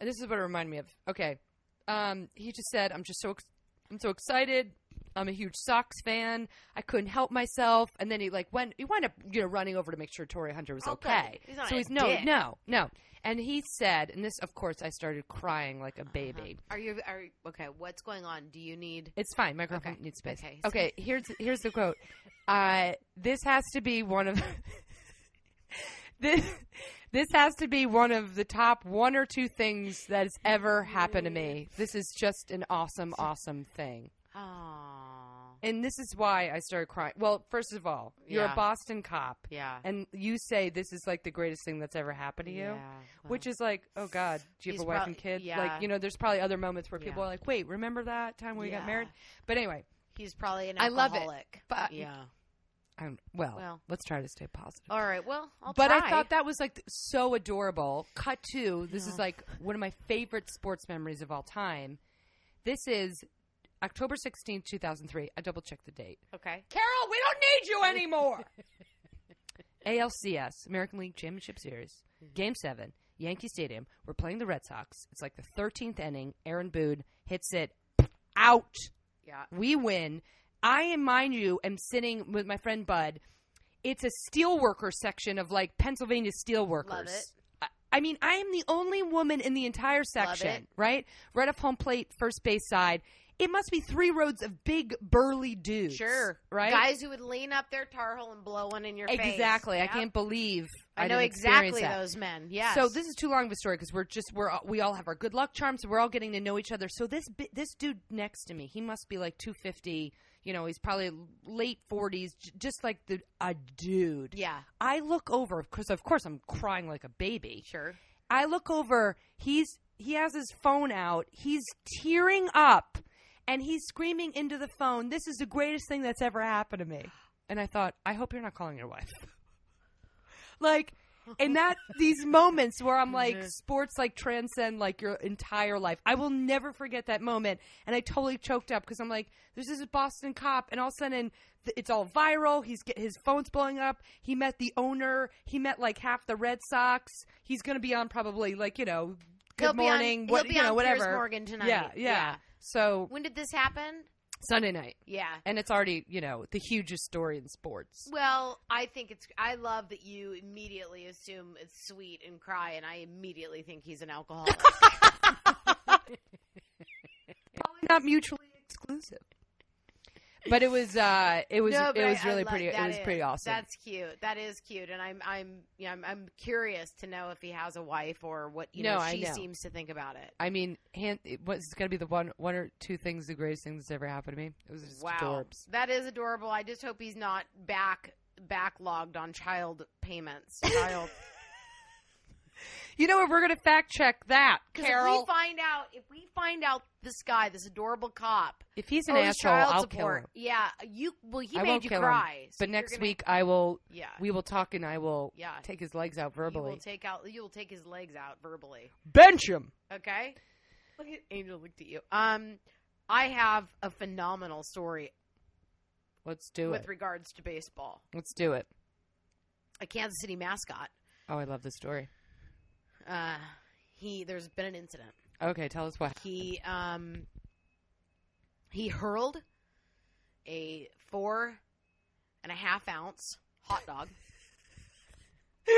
and this is what it reminded me of. Okay, um, he just said, "I'm just so ex- I'm so excited. I'm a huge Sox fan. I couldn't help myself." And then he like went he wound up you know running over to make sure Torrey Hunter was Oh, good. okay. He's not so a he's no dick. no no. And he said, and this of course I started crying like a baby. Uh-huh. Are you are you- okay? What's going on? Do you need? It's fine. My girlfriend Okay. needs space. Okay. Okay. Here's here's the quote. Uh, this has to be one of this this has to be one of the top one or two things that has ever happened to me. This is just an awesome, awesome thing. Oh, And this is why I started crying. Well, first of all, you're Yeah. a Boston cop, yeah. and you say this is like the greatest thing that's ever happened to you. Which is like, oh God, do you have He's a wife prob- and kid? yeah. Like, you know, there's probably other moments where people Yeah. are like, wait, remember that time when we got Yeah. married? But anyway, he's probably an I love it, alcoholic. but- yeah. I'm, well, Well. let's try to stay positive. All right. Well, I'll but try. I thought that was like th- so adorable. Cut to this is No. like one of my favorite sports memories of all time. This is October 16th, 2003. I double checked the date. okay. Carol, we don't need you anymore. ALCS, American League Championship Series, Game 7, Yankee Stadium. We're playing the Red Sox. It's like the 13th inning. Aaron Boone hits it out. Yeah. We win. I am, mind you, am sitting with my friend Bud. It's a steelworker section of like Pennsylvania steelworkers. Love it. I- I mean, I am the only woman in the entire section, right? Right up home plate, first base side. it must be three roads of big burly dudes. Sure, right? Guys who would lean up their tar hole and blow one in your face. exactly. Yep. I can't believe I, I, know didn't experience exactly that. those men. Yes. So this is too long of a story because we're just we're all- we all have our good luck charms. We're all getting to know each other. So this bi- this dude next to me, he must be like two fifty. You know, he's probably late forties, just like the a dude. Yeah. I look over because of course I'm crying like a baby. Sure. I look over. He's he has his phone out. He's tearing up, and he's screaming into the phone. This is the greatest thing that's ever happened to me. And I thought, I hope you're not calling your wife. like, and that these moments where I'm like, Mhm. sports like transcend like your entire life. I will never forget that moment. And I totally choked up because I'm like, this is a Boston cop, and all of a sudden th- it's all viral. He's get, his phone's blowing up. He met the owner. He met like half the Red Sox. He's gonna be on probably like you know, Good He'll be on- Morning, what he'll be you know, on Piers whatever. Morgan tonight. Yeah, yeah, Yeah. So When did this happen? Sunday night, Yeah. and it's already you know the hugest story in sports. Well, I think it's. I love that you immediately assume it's sweet and cry, and I immediately think he's an alcoholic. Probably not mutually exclusive. But it was uh it was No, but it was I- I really love- pretty that it was pretty is- awesome. That's cute. That is cute, and I'm I'm yeah I'm, I'm curious to know if he has a wife or what you No, know I she know. seems to think about it. I mean, hand, it was going to be the one, one or two things, the greatest things that's ever happened to me. It was just wow, adorbs. that is adorable. I just hope he's not back backlogged on child payments. Child, You know what? We're going to fact check that, because if Carol. we find out if we find out this guy, this adorable cop, If, he's an owes asshole, child I'll kill support. him. Yeah, you well he I made won't you kill him, cry. so But you're next gonna- week, I will. yeah, We will talk, and I will yeah. take his legs out verbally. You will take out. You will take his legs out verbally. Bench him. Okay. Look at Angel looked at you. Um, I have a phenomenal story Let's do with it. regards to baseball. Let's do it. A Kansas City mascot. Oh, I love this story. Uh, he there's been an incident. Okay, tell us what. He um he hurled a four and a half ounce hot dog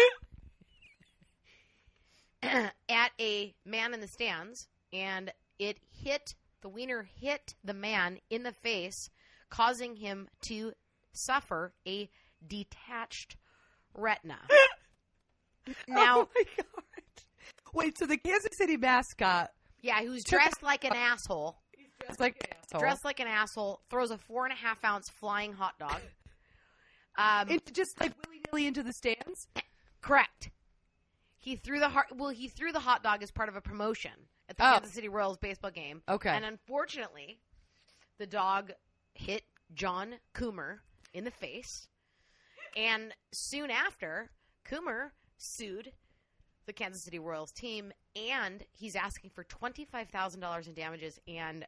at a man in the stands and it hit the wiener hit the man in the face, causing him to suffer a detached retina. Now oh my god! Wait, so the Kansas City mascot Yeah, who's Took dressed like an asshole. is like an asshole. Dressed like an asshole. Throws a four and a half ounce flying hot dog. Um, It's just like willy nilly into the stands. correct. He threw the hot. Well, he threw the hot dog as part of a promotion at the Oh. Kansas City Royals baseball game. Okay. And unfortunately, the dog hit John Coomer in the face. And soon after, Coomer sued the Kansas City Royals team and he's asking for $25,000 in damages and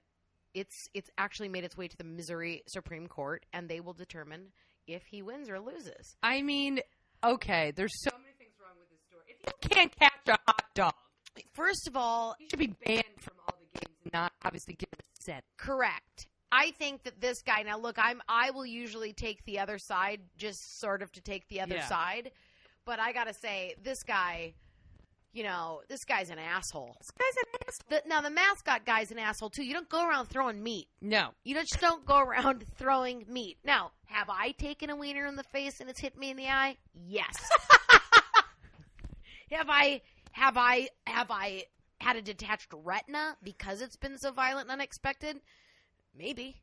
it's it's actually made its way to the Missouri Supreme Court and they will determine if he wins or loses. I mean, okay, there's so many things wrong with this story. If you can't catch a hot dog, First of all, you should be banned from all the games and not obviously get upset. Correct. I think that this guy now look, I'm I will usually take the other side just sort of to take the other Yeah. side. But I got to say this guy, you know, this guy's an asshole. This guy's an asshole. The, now the mascot guy's an asshole too. You don't go around throwing meat. No. You don't, just don't go around throwing meat. Now, have I taken a wiener in the face and it's hit me in the eye? Yes. have I have I have I had a detached retina because it's been so violent and unexpected? Maybe.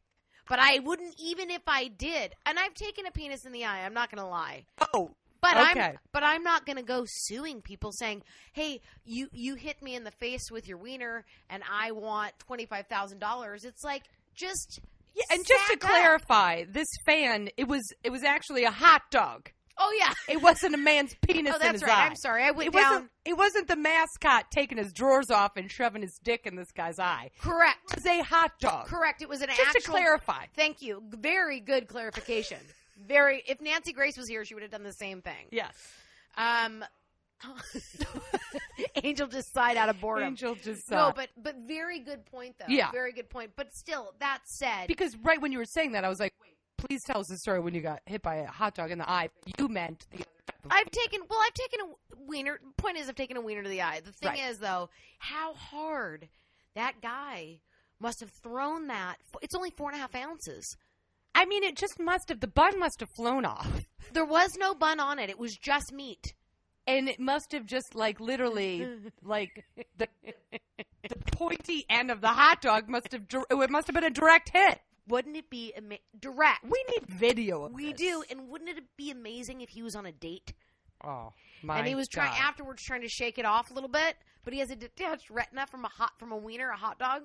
But I wouldn't even if I did. And I've taken a penis in the eye, I'm not going to lie. Oh, But I'm Okay. but I'm not going to go suing people saying, "Hey, you you hit me in the face with your wiener and I want $25,000." It's like just yeah. And just Sack to up. clarify, this fan, it was it was actually a hot dog. Oh yeah. It wasn't a man's penis Oh, in that's his right. eye. I'm sorry. I went It down. wasn't. It wasn't the mascot taking his drawers off and shoving his dick in this guy's eye. Correct. It was a hot dog. Correct. It was an Just actual. to clarify. Thank you. Very good clarification. Very. If Nancy Grace was here, she would have done the same thing. Yes. Um, Angel just sighed out of boredom. Angel just No, uh, but but very good point though. Yeah. Very good point. But still, that said, because right when you were saying that, I was like, wait, please tell us the story when you got hit by a hot dog in the eye. But you meant the other type of I've taken. Well, I've taken a wiener. Point is, I've taken a wiener to the eye. The thing Right. is, though, how hard that guy must have thrown that. It's only four and a half ounces. I mean, it just must have the bun must have flown off, There was no bun on it. It was just meat. and it must have just like literally like the the pointy end of the hot dog must have dir- it must have been a direct hit. Wouldn't it be ama- direct? We need video. Of We this. do, and wouldn't it be amazing if he was on a date Oh my! and he was trying God. afterwards trying to shake it off a little bit, but he has a detached retina from a hot from a wiener, a hot dog.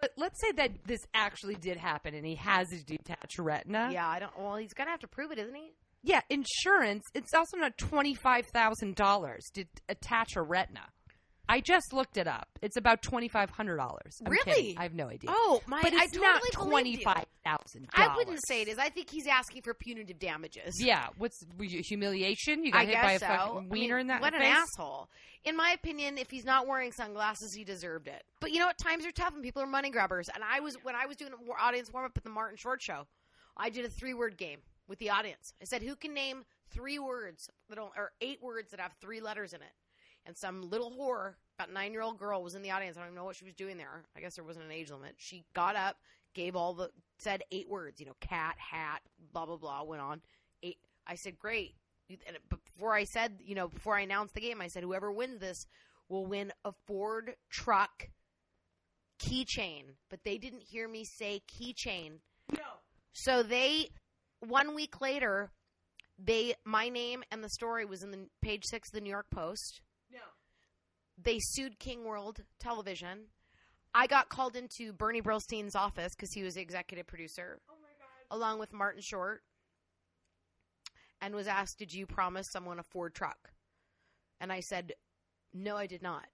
But let's say that this actually did happen, and he has his detached retina. Yeah, I don't. Well, he's gonna have to prove it, isn't he? Yeah, insurance. It's also not twenty five thousand dollars to attach a retina. I just looked it up. It's about twenty five hundred dollars. Really? I have no idea. Oh my! but I it's totally not believed you. twenty five thousand. I wouldn't say it is. I think he's asking for punitive damages. Yeah, what's humiliation? You got I hit guess by a so. fucking I wiener mean, in that What face? an asshole! In my opinion, if he's not wearing sunglasses, he deserved it. But you know what? Times are tough, and people are money grabbers. And I was when I was doing an audience warm up at the Martin Short Show, I did a three word game with the audience. I said, "Who can name three words that don't, or eight words that have three letters in it?" And some little whore, about nine year old girl, was in the audience. I don't even know what she was doing there. I guess there wasn't an age limit. She got up, gave all the said eight words. You know, cat, hat, blah blah blah. Went on eight. I said, "Great." You- and it- but before I said, you know, before I announced the game, I said, whoever wins this will win a Ford truck keychain. But they didn't hear me say keychain. No. So they, one week later, they, my name and the story was in the page six of the New York Post. No. They sued King World Television. I got called into Bernie Brillstein's office because he was the executive producer Oh my god. along with Martin Short, and was asked, "Did you promise someone a Ford truck?" And I said, "No, I did not."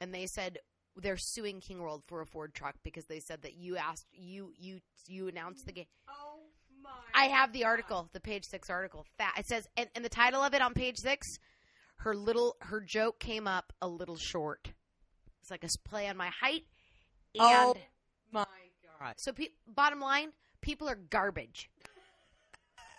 And they said they're suing King World for a Ford truck because they said that you asked you you you announced the game. Oh my. I have the article, the page six article. Fat. It says, and, and the title of it on page six, her little her joke came up a little short. It's like a s- play on my height. And Oh my god. so, pe- bottom line, people are garbage.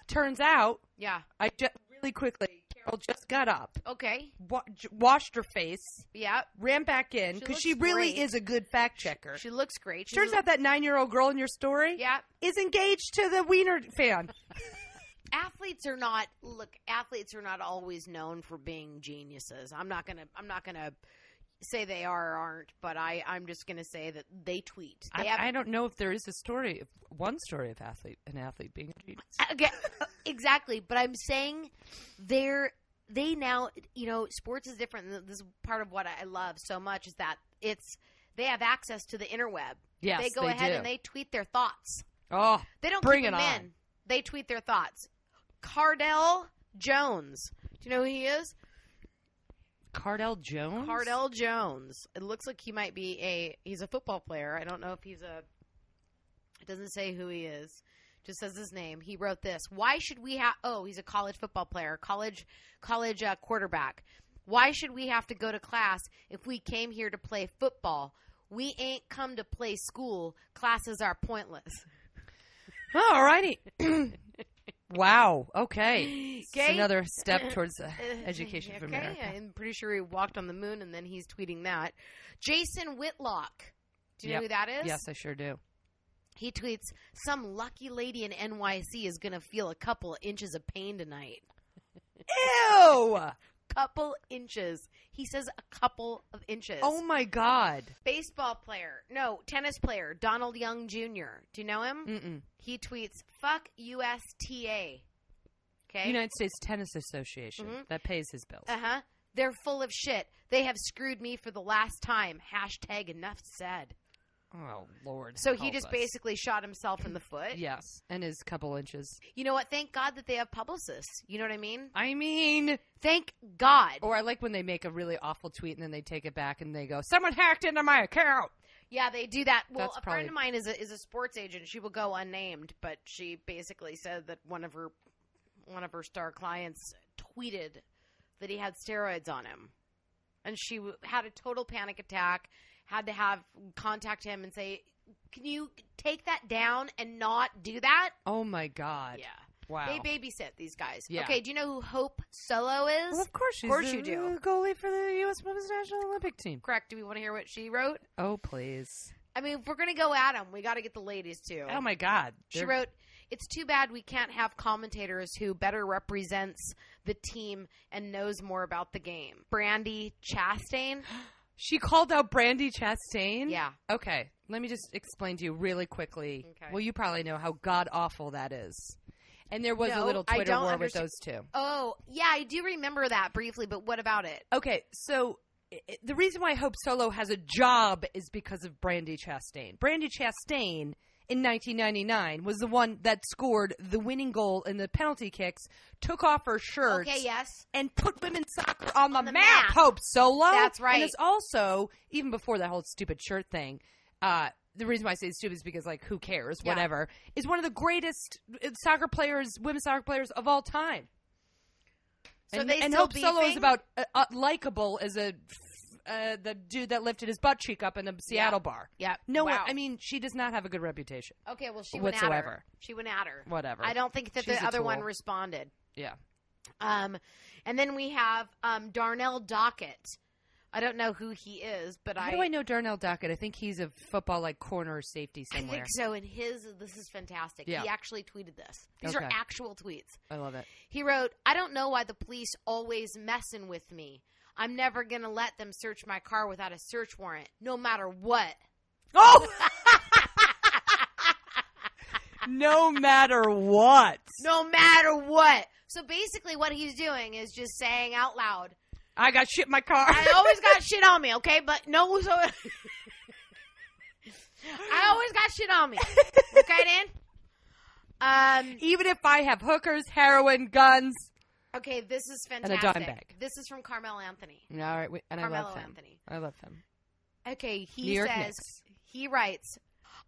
Turns out, Yeah. I just really quickly. Carol just got up, Okay. wa- j- washed her face, Yeah. ran back in She because she, looks really great. is a good fact checker. She looks great. She's Turns a- out that nine year old girl in your story yeah, is engaged to the Wiener fan. athletes are not. Look, athletes are not always known for being geniuses. I'm not gonna. I'm not gonna say they are or aren't, but I. I'm just gonna say that they tweet. They have, don't know if there is a story, one story of athlete an athlete being a genius. okay, exactly. But I'm saying they're they now. You know, sports is different. and This is part of what I love so much is that it's they have access to the interweb. Yes, they go ahead and they tweet their thoughts. Oh, They don't Bring keep it them on. in. They tweet their thoughts. Cardell Jones. Do you know who he is? Cardell Jones. Cardell Jones. It looks like he might be a he's a football player. I don't know if he's a it doesn't say who he is. Just says his name. He wrote this. Why should we have Oh, he's a college football player. College college uh, quarterback. Why should we have to go to class if we came here to play football? We ain't come to play school. Classes are pointless. Oh, All righty. wow. Okay. It's Okay. another step towards uh, Uh, education for okay, America. I'm pretty sure he walked on the moon, and then he's tweeting that. Jason Whitlock. Do you Yep. know who that is? Yes, I sure do. He tweets, "Some lucky lady in NYC is gonna feel a couple inches of pain tonight. Ew. Couple inches." He says a couple of inches. Oh my God. baseball player, no, tennis player, Donald Young Jr. Do you know him? Mm-mm. He tweets, "Fuck USTA." Okay. United States Tennis Association Mhm. that pays his bills. Uh huh. They're full of shit. They have screwed me for the last time. Hashtag enough said. oh Lord. So he help just us. basically shot himself in the foot. yes, and his couple inches. You know what? Thank God that they have publicists. You know what I mean? I mean, Thank God. or I like when they make a really awful tweet and then they take it back and they go, "Someone hacked into my account." Yeah, they do that. Well, That's a probably- friend of mine is a, is a sports agent. She will go unnamed, but she basically said that one of her one of her star clients tweeted that he had steroids on him, and she w- had a total panic attack. Had to have contact him and say, "Can you take that down and not do that?" Oh my God! Yeah, Wow. they babysit these guys. Yeah. Okay, do you know who Hope Solo is? well, of course, she's course the, you do. the goalie for the U.S. Women's National Olympic Team. Correct. Do we want to hear what she wrote? Oh please. I mean, if we're gonna go at him, we got to get the ladies too. Oh my God. She They're- wrote, "It's too bad we can't have commentators who better represents the team and knows more about the game." Brandy Chastain. She called out Brandy Chastain. Yeah. Okay. Let me just explain to you really quickly. Okay. Well, you probably know how god awful that is. And there was a No, little I Twitter don't war understa- with those two. Oh, yeah, I do remember that briefly, but what about it? Okay, so i i- the reason why Hope Solo has a job is because of Brandy Chastain. Brandy Chastain in 1999 was the one that scored the winning goal in the penalty kicks, took off her shirt, Okay, yes. and put women's soccer on the, the map. map. Hope Solo. That's right. And it's also even before that whole stupid shirt thing. Uh, the reason why I say it's stupid is because like who cares? Yeah. Whatever. Is one of the greatest uh, soccer players, women's soccer players of all time. So and, they and still Hope Solo is beefing? about uh, uh, likable as a uh, the dude that lifted his butt cheek up in a Seattle bar. Yeah. No one. wow. I mean, she does not have a good reputation. Okay, well, she went at whatsoever. her. She went at her. Whatever. I don't think that She's the a other one tool. responded. Yeah. Um, and then we have um, Darnell Dockett. I don't know who he is, but How I, do I know Darnell Dockett? I think he's a football like corner safety I somewhere. think so. And his, this is fantastic. Yeah. He actually tweeted this. These are Okay. actual tweets. I love it. He wrote, I don't know why the police always messing with me. I'm never going to let them search my car without a search warrant, no matter what. Oh. no matter what. No matter what. So basically, what he's doing is just saying out loud, I got shit in my car. I always got shit on me, okay? But no, so I always got shit on me, okay, Dan? Um, Even if I have hookers, heroin, guns. okay, this is a dime fantastic. bag. This is from Carmel Anthony. All right, we- and I Carmelo love him. Anthony. I love him. Okay, he New York says Knicks. he writes,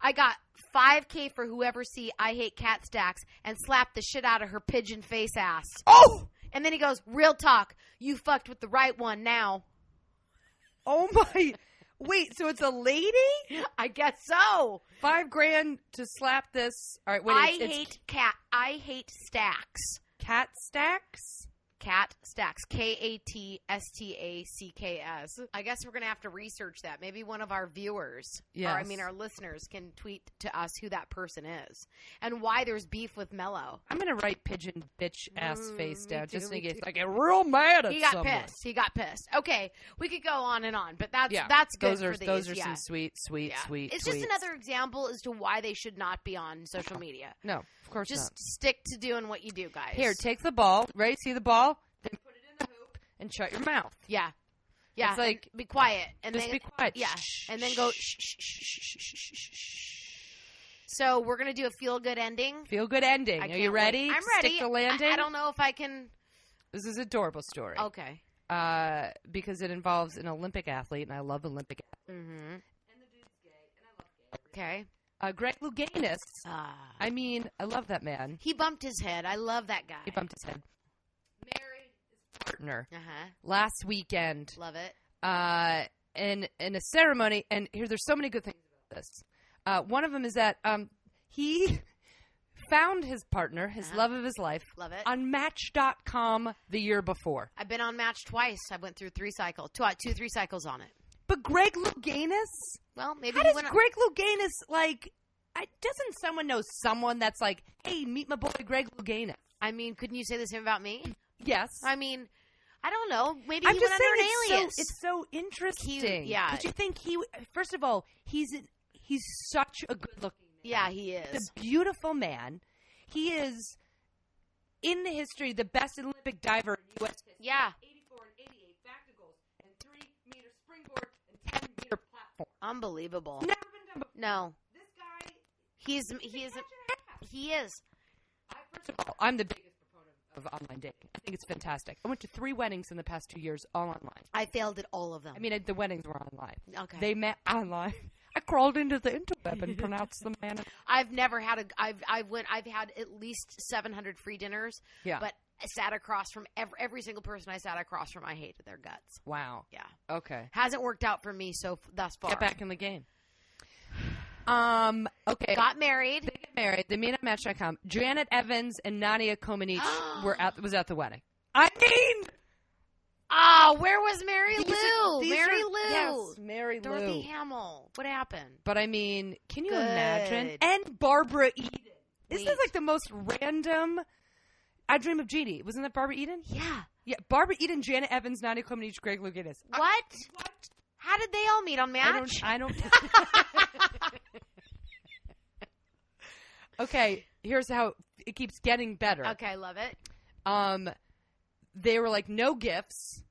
"I got 5k for whoever see I hate cat stacks and slapped the shit out of her pigeon face ass." Oh, And then he goes, "Real talk, you fucked with the right one now." oh my! Wait, so it's a lady? I guess so. Five grand to slap this. All right, wait. I it's, it's hate cat. I hate stacks. cat stacks. Cat stacks. K A T S T A C K S. I guess we're gonna have to research that. Maybe one of our viewers, or I Yes. mean our listeners, can tweet to us who that person is and why there's beef with Mello. I'm gonna write pigeon bitch ass Mm, face me down too, just in me case too. I get real mad at he got someone. pissed. He got pissed. Okay, we could go on and on, but that's Yeah, that's good Those are for these. those are yeah. some sweet, sweet, Yeah. sweet. It's tweets. just another example as to why they should not be on social media. No, of course Just not. stick to doing what you do, guys. Here, take the ball. Ready? See the ball? Then put it in the hoop and shut your mouth. yeah, yeah. It's like- and be quiet and Just then be quiet. Yeah. Shh, And then go. shh. "Shh, shh, shh, shh, shh, shh, shh, shh." So we're gonna do a feel good ending. Feel good ending. I Are can't you wait. ready? I'm to ready. Stick the I- landing. I, don't Oh. know if I can. This is adorable story. Okay. Uh, because it involves an Olympic athlete, and I love Olympic. athletes. Mm-hmm. Okay. Uh, Greg Louganis. I mean, I love that man. he bumped his head. I love that guy. He bumped his head. Married his partner Uh huh. last weekend. Love it. uh, in in a ceremony. And here, there's so many good things about this. Uh, one of them is that um, he found his partner, his Uh-huh. love of his life, Love it. on Match.com the year before. I've been on match twice. I went through three cycles, two, two three cycles on it. But Greg Louganis, Well, maybe how he does went. on- Greg Louganis like? I, doesn't someone know someone that's like, hey, meet my boy Greg Louganis? I mean, couldn't you say the same about me? Yes, I mean, I don't know. Maybe I'm he just went saying under an it's alias. so it's so interesting. yeah. because you think he? First of all, he's an, he's such a good looking man. yeah, he the is. beautiful man. He is in the history the best Olympic diver in U.S. history. Yeah. 84 and 88 back to goals and three meter springboard and 10 meter platform. Unbelievable. Never been done before. No, This guy he's he is he is. I, first of all, I'm the biggest proponent of online dating. I think it's fantastic. I went to three weddings in the past two years, all online. I failed at all of them. I mean, the weddings were online. okay. They met online. I crawled into the interweb and pronounced the man. I've never had a. I've I've went. I've had at least seven hundred free dinners. Yeah. But I sat across from every every single person I sat across from. I hated their guts. Wow. Yeah. Okay. Hasn't worked out for me so f- thus far. Get back in the game. Um. Okay. Got married. They get married. They meet on Match.com. Janet Evans and Nadia Comaneci were at was at the wedding. I mean, Oh, where was Mary These are- Lou? these Mary are- Lou. Yes, Mary Dorothy Lou. Hamill. What happened? But I mean, can you imagine? Good. And Barbara Eden. This is Wait. like the most random. I Dream of Jeannie. Wasn't that Barbara Eden? Yeah. Yeah, Barbara Eden, Janet Evans, Nadia Comaneci, Greg Louganis. Uh, What? How did they all meet on I Match? don't. I don't. okay, here's how it keeps getting better. okay, love it. Um, they were like, no gifts.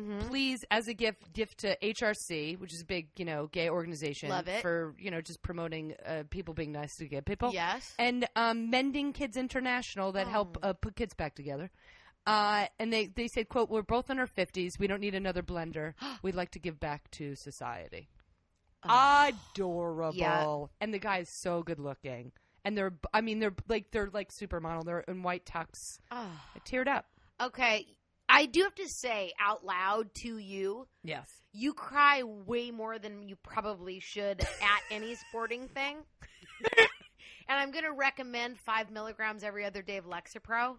Mhm. please as a gift gift to HRC, which is a big you know gay organization. Love it. for you know just promoting uh, people being nice to gay people. Yes. And um, Mending Kids International that help Oh. uh, put kids back together. Uh, and they, they said, quote, we're both in our 50s. We don't need another blender. We'd like to give back to society. Adorable. And the guy is so good looking. And they're, I mean, they're like, they're like supermodel. They're in white tux. Oh. I teared up. Okay, I do have to say out loud to you, Yes. you cry way more than you probably should at any sporting thing. and I'm going to recommend five milligrams every other day of Lexapro.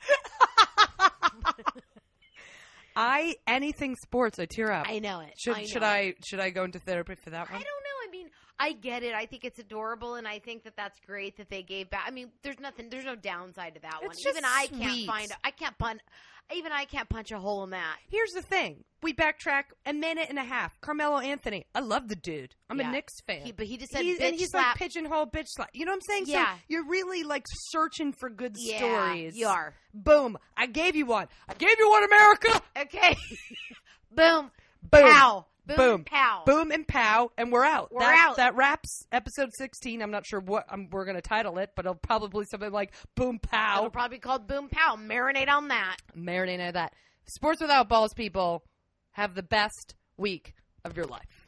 I, anything sports, I tear up. I know it. Should I know should it. I should I go into therapy for that I don't one? know. I mean, I get it. I think it's adorable, and I think that that's great that they gave back. I mean, there's nothing. There's no downside to that It's one. just even I sweet. can't find. I can't punch. Even I can't punch a hole in that. Here's the thing: we backtrack a minute and a half. Carmelo Anthony, I love the dude. I'm a Yeah. Knicks fan. He, but he just said He's- bitch and he's slap. like pigeonhole, bitch slap. You know what I'm saying? Yeah. So you're really like searching for good yeah, stories. You are. Boom! I gave you one. I gave you one, America. Okay. Boom. Boom. Pow. Boom. Boom. Pow. Boom and pow, and we're out. We're that, out. That wraps episode 16. I'm not sure what um we're going to title it, but it'll probably something like boom pow. It'll probably be called Boom Pow. Marinate on that. marinate on that. Sports without balls, people, have the best week of your life.